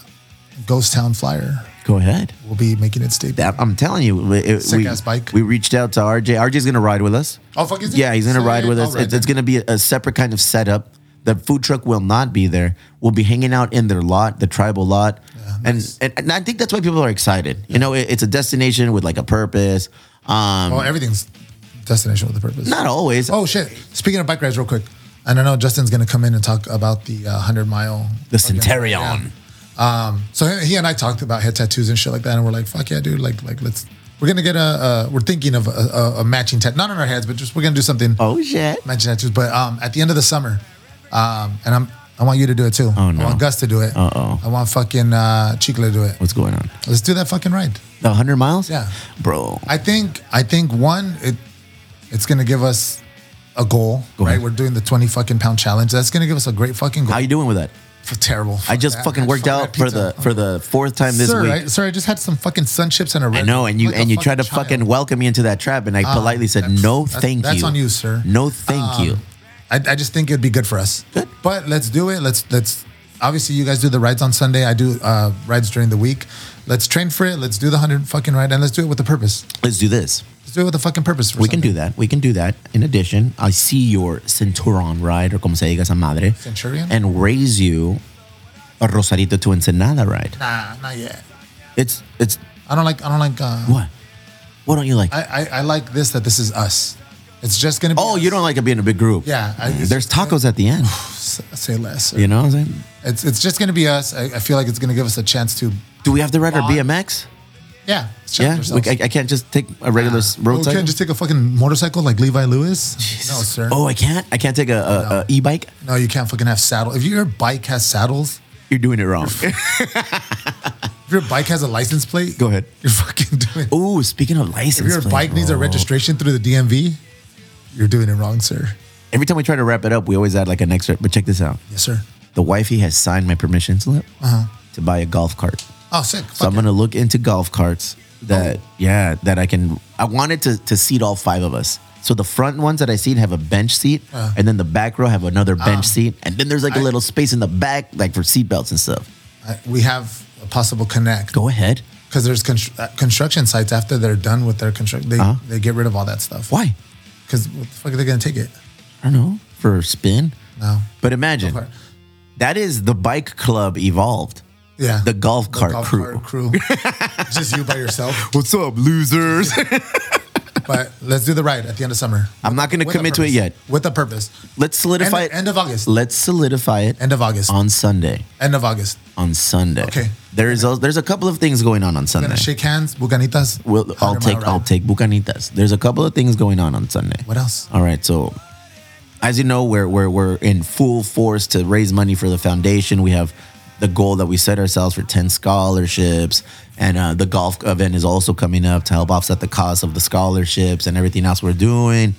Speaker 3: Ghost Town flyer
Speaker 2: Go ahead.
Speaker 3: will be making its debut.
Speaker 2: That- I'm telling you, it- it-
Speaker 3: Sick
Speaker 2: we,
Speaker 3: ass bike.
Speaker 2: we reached out to RJ. RJ's gonna ride with us.
Speaker 3: Oh, fuck, is he?
Speaker 2: Yeah, he's gonna
Speaker 3: Sick.
Speaker 2: ride with us.
Speaker 3: All right,
Speaker 2: it's, it's
Speaker 3: then.
Speaker 2: gonna be a, a separate kind of setup. The food truck will not be there. We'll be hanging out in their lot, the tribal lot, and, and and I think that's why people are excited. You know, it, it's a destination with like a purpose. Um,
Speaker 3: Well, Oh, everything's destination with a purpose.
Speaker 2: not always.
Speaker 3: Oh shit! Speaking of bike rides, real quick, and I know Justin's gonna come in and talk about the uh, hundred mile.
Speaker 2: the Centurion.
Speaker 3: So he he and I talked about head tattoos and shit like that, and we're like, "Fuck yeah, dude! Like, like let's we're gonna get a uh, we're thinking of a, a, a matching tattoo, not on our heads, but just we're gonna do something
Speaker 2: Oh shit!
Speaker 3: matching tattoos. But um, at the end of the summer, um, and I'm I want you to do it too.
Speaker 2: Oh, no.
Speaker 3: I want Gus to do it.
Speaker 2: Uh-oh.
Speaker 3: I want fucking uh, Chico to do it.
Speaker 2: What's going on?
Speaker 3: Let's do that fucking ride.
Speaker 2: The hundred miles?
Speaker 3: Yeah.
Speaker 2: bro.
Speaker 3: I think I think one it it's gonna give us a goal,
Speaker 2: Go
Speaker 3: right?
Speaker 2: ahead.
Speaker 3: We're doing the twenty fucking pound challenge. That's gonna give us a great fucking goal.
Speaker 2: How you doing with that?
Speaker 3: F- terrible.
Speaker 2: I just
Speaker 3: Fuck that.
Speaker 2: fucking worked
Speaker 3: Fuck
Speaker 2: out
Speaker 3: that
Speaker 2: for the
Speaker 3: pizza.
Speaker 2: for the fourth time this
Speaker 3: sir,
Speaker 2: week.
Speaker 3: I, sir, I just had some fucking sun chips and a
Speaker 2: I
Speaker 3: Red
Speaker 2: know,
Speaker 3: Bull.
Speaker 2: and you
Speaker 3: Like a
Speaker 2: and you tried to
Speaker 3: child. Ah,
Speaker 2: fucking welcome me into that trap, and I politely said
Speaker 3: that's-
Speaker 2: no,
Speaker 3: that's-
Speaker 2: thank
Speaker 3: that's
Speaker 2: you.
Speaker 3: on you, sir. Um,
Speaker 2: No, thank you.
Speaker 3: I, I just think it'd be good for us.
Speaker 2: Good.
Speaker 3: But let's do it. Let's let's obviously you guys do the rides on Sunday. I do uh, rides during the week. Let's train for it. Let's do the hundred fucking ride and let's do it with a purpose.
Speaker 2: Let's do this.
Speaker 3: Let's do it with a fucking purpose. For
Speaker 2: We can do that. We can do that. In addition, I see your Centurion ride, or como se diga esa madre,
Speaker 3: Centurion?
Speaker 2: and raise you a Rosarito to Ensenada ride.
Speaker 3: Nah, not yet.
Speaker 2: It's it's
Speaker 3: I don't like. I don't like. Uh,
Speaker 2: what? What don't you like?
Speaker 3: I, I I like this that this is us. It's just gonna. be
Speaker 2: oh, you
Speaker 3: us.
Speaker 2: don't like it being a big group.
Speaker 3: Yeah, I- it's-
Speaker 2: There's tacos at the end.
Speaker 3: S- say less. sir.
Speaker 2: You know what I'm saying?
Speaker 3: It's it's just gonna be us. I, I feel like it's gonna give us a chance to.
Speaker 2: Do we have to ride our
Speaker 3: Bond.
Speaker 2: BMX?
Speaker 3: Yeah. let's
Speaker 2: Yeah,
Speaker 3: challenge
Speaker 2: we,
Speaker 3: ourselves.
Speaker 2: I, I can't just take a regular s- road
Speaker 3: Oh,
Speaker 2: cycle.
Speaker 3: can't just take a fucking motorcycle like Levi Lewis. No, sir.
Speaker 2: Oh, I can't. I can't take a, a, a e-bike.
Speaker 3: No, you can't fucking have saddle. If your bike has saddles,
Speaker 2: You're doing it wrong.
Speaker 3: if your bike has a license plate,
Speaker 2: Go ahead.
Speaker 3: You're fucking doing.
Speaker 2: oh, speaking of license,
Speaker 3: if your
Speaker 2: plate, Oh.
Speaker 3: bike needs a
Speaker 2: bro.
Speaker 3: registration through the DMV, you're doing it wrong, sir.
Speaker 2: Every time we try to wrap it up, we always add like an extra. But check this out.
Speaker 3: Yes, sir.
Speaker 2: The wifey has signed my permission slip to buy a golf cart.
Speaker 3: Oh, sick. Fuck
Speaker 2: So I'm
Speaker 3: it.
Speaker 2: gonna look into golf carts
Speaker 3: Oh.
Speaker 2: that yeah that I can. I wanted to to seat all five of us. So the front ones that I seen have a bench seat,
Speaker 3: Uh.
Speaker 2: and then the back row have another
Speaker 3: Ah.
Speaker 2: bench seat, and then there's like a little space in the back, like for seatbelts and stuff.
Speaker 3: I- Uh, we have a possible connect
Speaker 2: Go ahead.
Speaker 3: because there's constr- uh, construction sites after they're done with their construction, they,
Speaker 2: Uh-huh.
Speaker 3: they get rid of all that stuff.
Speaker 2: Why?
Speaker 3: Because what the fuck are they gonna take it?
Speaker 2: I don't know for a spin.
Speaker 3: No.
Speaker 2: But imagine
Speaker 3: Go for it.
Speaker 2: that is the bike club evolved.
Speaker 3: Yeah.
Speaker 2: The golf cart
Speaker 3: golf
Speaker 2: crew.
Speaker 3: cart crew. Just you by yourself.
Speaker 2: What's up, losers?
Speaker 3: But let's do the ride at the end of summer.
Speaker 2: I'm not going to
Speaker 3: With a
Speaker 2: commit to it
Speaker 3: purpose.
Speaker 2: yet.
Speaker 3: With a purpose.
Speaker 2: Let's solidify
Speaker 3: End-
Speaker 2: it.
Speaker 3: end of August.
Speaker 2: Let's solidify it.
Speaker 3: End of August.
Speaker 2: on Sunday.
Speaker 3: End of August.
Speaker 2: On Sunday.
Speaker 3: Okay.
Speaker 2: There's a, there's a couple of things going on on
Speaker 3: We're
Speaker 2: Sunday.
Speaker 3: gonna shake hands, bucanitas.
Speaker 2: We'll, I'll
Speaker 3: 100
Speaker 2: take
Speaker 3: mile
Speaker 2: I'll
Speaker 3: ride.
Speaker 2: take bucanitas. There's a couple of things going on on Sunday.
Speaker 3: What else?
Speaker 2: All right, so as you know, we're we're we're in full force to raise money for the foundation. We have the goal that we set ourselves for ten scholarships, and uh, the golf event is also coming up to help offset the cost of the scholarships and everything else we're doing.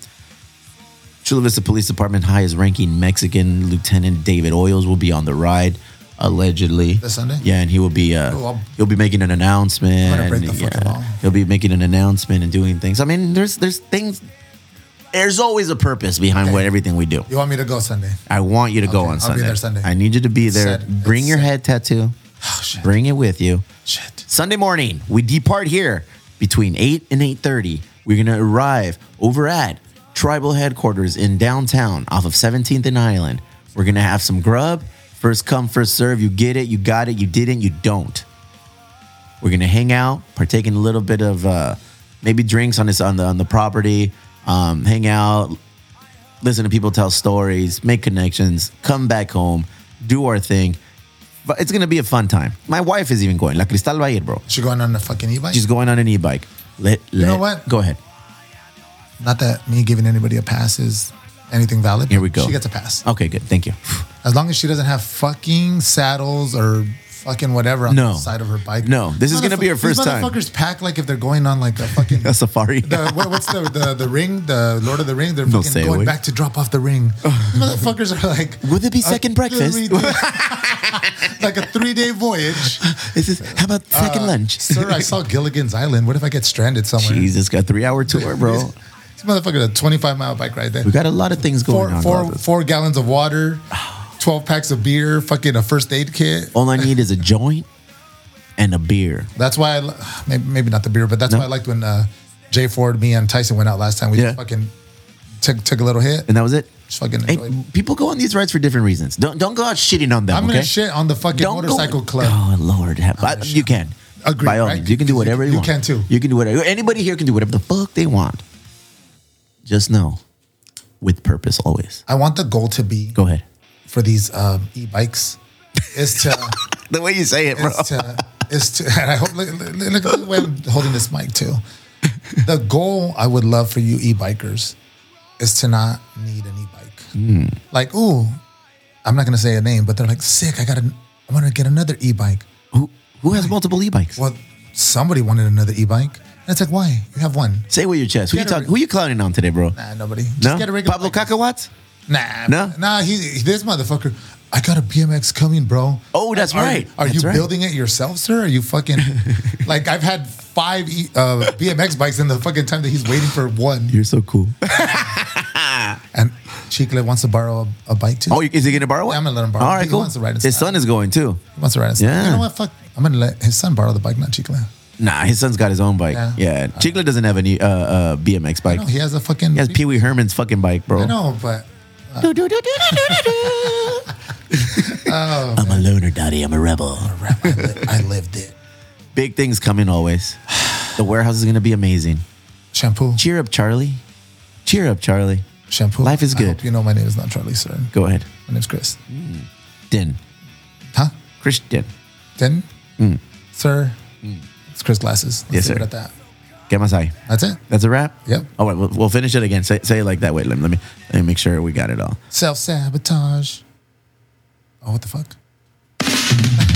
Speaker 2: Chula Vista Police Department highest ranking Mexican Lieutenant David Oyles will be on the ride, allegedly.
Speaker 3: This Sunday?
Speaker 2: Yeah, and he will be uh,
Speaker 3: Oh, I'll-
Speaker 2: he'll be making an announcement.
Speaker 3: I'm gonna break the
Speaker 2: yeah,
Speaker 3: fucking law.
Speaker 2: he'll be making an announcement and doing things. I mean, there's there's things. There's always a purpose behind what everything we do.
Speaker 3: You want me to go Sunday?
Speaker 2: I want you to go
Speaker 3: Okay,
Speaker 2: on
Speaker 3: I'll be
Speaker 2: Sunday.
Speaker 3: there Sunday.
Speaker 2: I need you to be there.
Speaker 3: Said- it's
Speaker 2: Bring your
Speaker 3: said.
Speaker 2: head tattoo.
Speaker 3: Oh shit!
Speaker 2: Bring it with you.
Speaker 3: Shit!
Speaker 2: Sunday morning, we depart here between 8 and 8:30. We're going to arrive over at Tribal Headquarters in downtown off of 17th and Island. We're going to have some grub. First come, first serve. You get it, you got it, you didn't, you don't. We're going to hang out, partake in a little bit of uh, maybe drinks on this on the on the property. um, hang out, listen to people tell stories, make connections, come back home, do our thing. But it's gonna be a fun time. My wife is even going. La Cristal va a ir, bro.
Speaker 3: She going on a fucking e-bike.
Speaker 2: She's going on an e-bike. Let, let,
Speaker 3: know what?
Speaker 2: Go ahead.
Speaker 3: Not that me giving anybody a pass is anything valid.
Speaker 2: Here we
Speaker 3: but
Speaker 2: go.
Speaker 3: She gets a pass
Speaker 2: Okay, good. Thank you.
Speaker 3: as long as she doesn't have fucking saddles or fucking whatever on
Speaker 2: No.
Speaker 3: the side of her bike.
Speaker 2: No, this is gonna be her
Speaker 3: Motherfuck-
Speaker 2: first
Speaker 3: these
Speaker 2: time.
Speaker 3: Motherfuckers pack like if they're going on like a fucking.
Speaker 2: A safari.
Speaker 3: the, what, what's the, the the ring? The Lord of the Ring. They're
Speaker 2: No
Speaker 3: fucking
Speaker 2: say,
Speaker 3: going
Speaker 2: wait.
Speaker 3: back to drop off the ring. Motherfuckers are like,
Speaker 2: Would it be
Speaker 3: a
Speaker 2: second breakfast?
Speaker 3: three-day- like a three day voyage.
Speaker 2: Is this, how about second
Speaker 3: Uh,
Speaker 2: lunch?
Speaker 3: sir. I saw Gilligan's Island. What if I get stranded somewhere?
Speaker 2: Jesus, got a three-hour tour, bro.
Speaker 3: This motherfucker, a twenty five mile bike ride there.
Speaker 2: We got a lot of things going
Speaker 3: Four,
Speaker 2: on.
Speaker 3: four,
Speaker 2: brothers.
Speaker 3: four gallons of water, twelve packs of beer, fucking a first aid kit.
Speaker 2: All I need is a joint and a beer.
Speaker 3: That's why, I, li- maybe, maybe not the beer, but that's
Speaker 2: No.
Speaker 3: why I liked when uh, Jay Ford, me, and Tyson went out last time. We
Speaker 2: Yeah.
Speaker 3: just fucking took took a little hit.
Speaker 2: And that was it.
Speaker 3: Just fucking
Speaker 2: Hey,
Speaker 3: enjoyed.
Speaker 2: people go on these rides for different reasons. Don't don't go out shitting on them.
Speaker 3: I'm
Speaker 2: okay?
Speaker 3: gonna shit on the fucking
Speaker 2: Don't go-
Speaker 3: motorcycle club.
Speaker 2: Oh Lord, have, I,
Speaker 3: gonna shit.
Speaker 2: you can.
Speaker 3: Agreed,
Speaker 2: By all
Speaker 3: right?
Speaker 2: means, you can do
Speaker 3: You-
Speaker 2: whatever you,
Speaker 3: you
Speaker 2: want.
Speaker 3: can too.
Speaker 2: You can do whatever. Anybody here can do whatever the fuck they want. Just know, with purpose always.
Speaker 3: I want the goal to be
Speaker 2: Go ahead.
Speaker 3: for these um, e-bikes is to
Speaker 2: The way you say it, bro.
Speaker 3: is to is to. And I hope look, look, look at the way I'm holding this mic too. The goal I would love for you e-bikers is to not need an e-bike.
Speaker 2: Hmm.
Speaker 3: Like, ooh, I'm not gonna say a name, but they're like, sick. I got an. I want to get another e-bike.
Speaker 2: Who who has multiple e-bikes?
Speaker 3: Well, somebody wanted another e-bike. And it's like, why? You have one.
Speaker 2: Say with your chest. Who you
Speaker 3: Get a
Speaker 2: talk,
Speaker 3: re-
Speaker 2: Who you clowning on today, bro?
Speaker 3: Nah, nobody. Just
Speaker 2: no.
Speaker 3: get a regular
Speaker 2: Pablo
Speaker 3: bike.
Speaker 2: Cacahuatz?
Speaker 3: Nah.
Speaker 2: No?
Speaker 3: Nah, he, he- this motherfucker. I got a BMX coming, bro.
Speaker 2: Oh, that's
Speaker 3: Are- are-
Speaker 2: right.
Speaker 3: Are,
Speaker 2: That's
Speaker 3: you
Speaker 2: right.
Speaker 3: building it yourself, sir? Are you fucking like I've had five e, uh, BMX bikes in the fucking time that he's waiting for one.
Speaker 2: You're so cool.
Speaker 3: And Chicle wants to borrow a, a bike too.
Speaker 2: Oh, you- is he gonna borrow one?
Speaker 3: Yeah, I'm gonna let him borrow
Speaker 2: All
Speaker 3: it.
Speaker 2: right,
Speaker 3: He
Speaker 2: cool.
Speaker 3: wants to ride his
Speaker 2: His
Speaker 3: son.
Speaker 2: son is going too.
Speaker 3: He wants to ride. His
Speaker 2: Yeah.
Speaker 3: You know what? Fuck. I'm gonna let his son borrow the bike, not Chicle.
Speaker 2: Nah, his son's got his own bike. Yeah,
Speaker 3: Yeah.
Speaker 2: Chicla doesn't have any uh, uh, BMX bike.
Speaker 3: No, he has a fucking.
Speaker 2: He has Pee Wee Herman's fucking bike, bro.
Speaker 3: I know, but
Speaker 2: I'm a loner, daddy. I'm a rebel.
Speaker 3: I, li- I lived it.
Speaker 2: Big things coming always. The warehouse is gonna be amazing.
Speaker 3: Shampoo.
Speaker 2: Cheer up, Charlie. Cheer up, Charlie.
Speaker 3: Shampoo.
Speaker 2: Life is
Speaker 3: I
Speaker 2: good.
Speaker 3: hope you know my name is not Charlie, sir.
Speaker 2: Go ahead.
Speaker 3: My name's Chris.
Speaker 2: Din.
Speaker 3: Huh?
Speaker 2: Christian.
Speaker 3: Then, sir, it's Chris Glasses. Let's
Speaker 2: Mm. Yes,
Speaker 3: leave
Speaker 2: sir.
Speaker 3: It at that.
Speaker 2: Gemasai.
Speaker 3: That's it.
Speaker 2: That's a wrap.
Speaker 3: Yep.
Speaker 2: All right, we'll, we'll finish it again. Say, say it like that. Wait, let me, let me let me make sure we got it all.
Speaker 3: Self sabotage. Oh, what the fuck?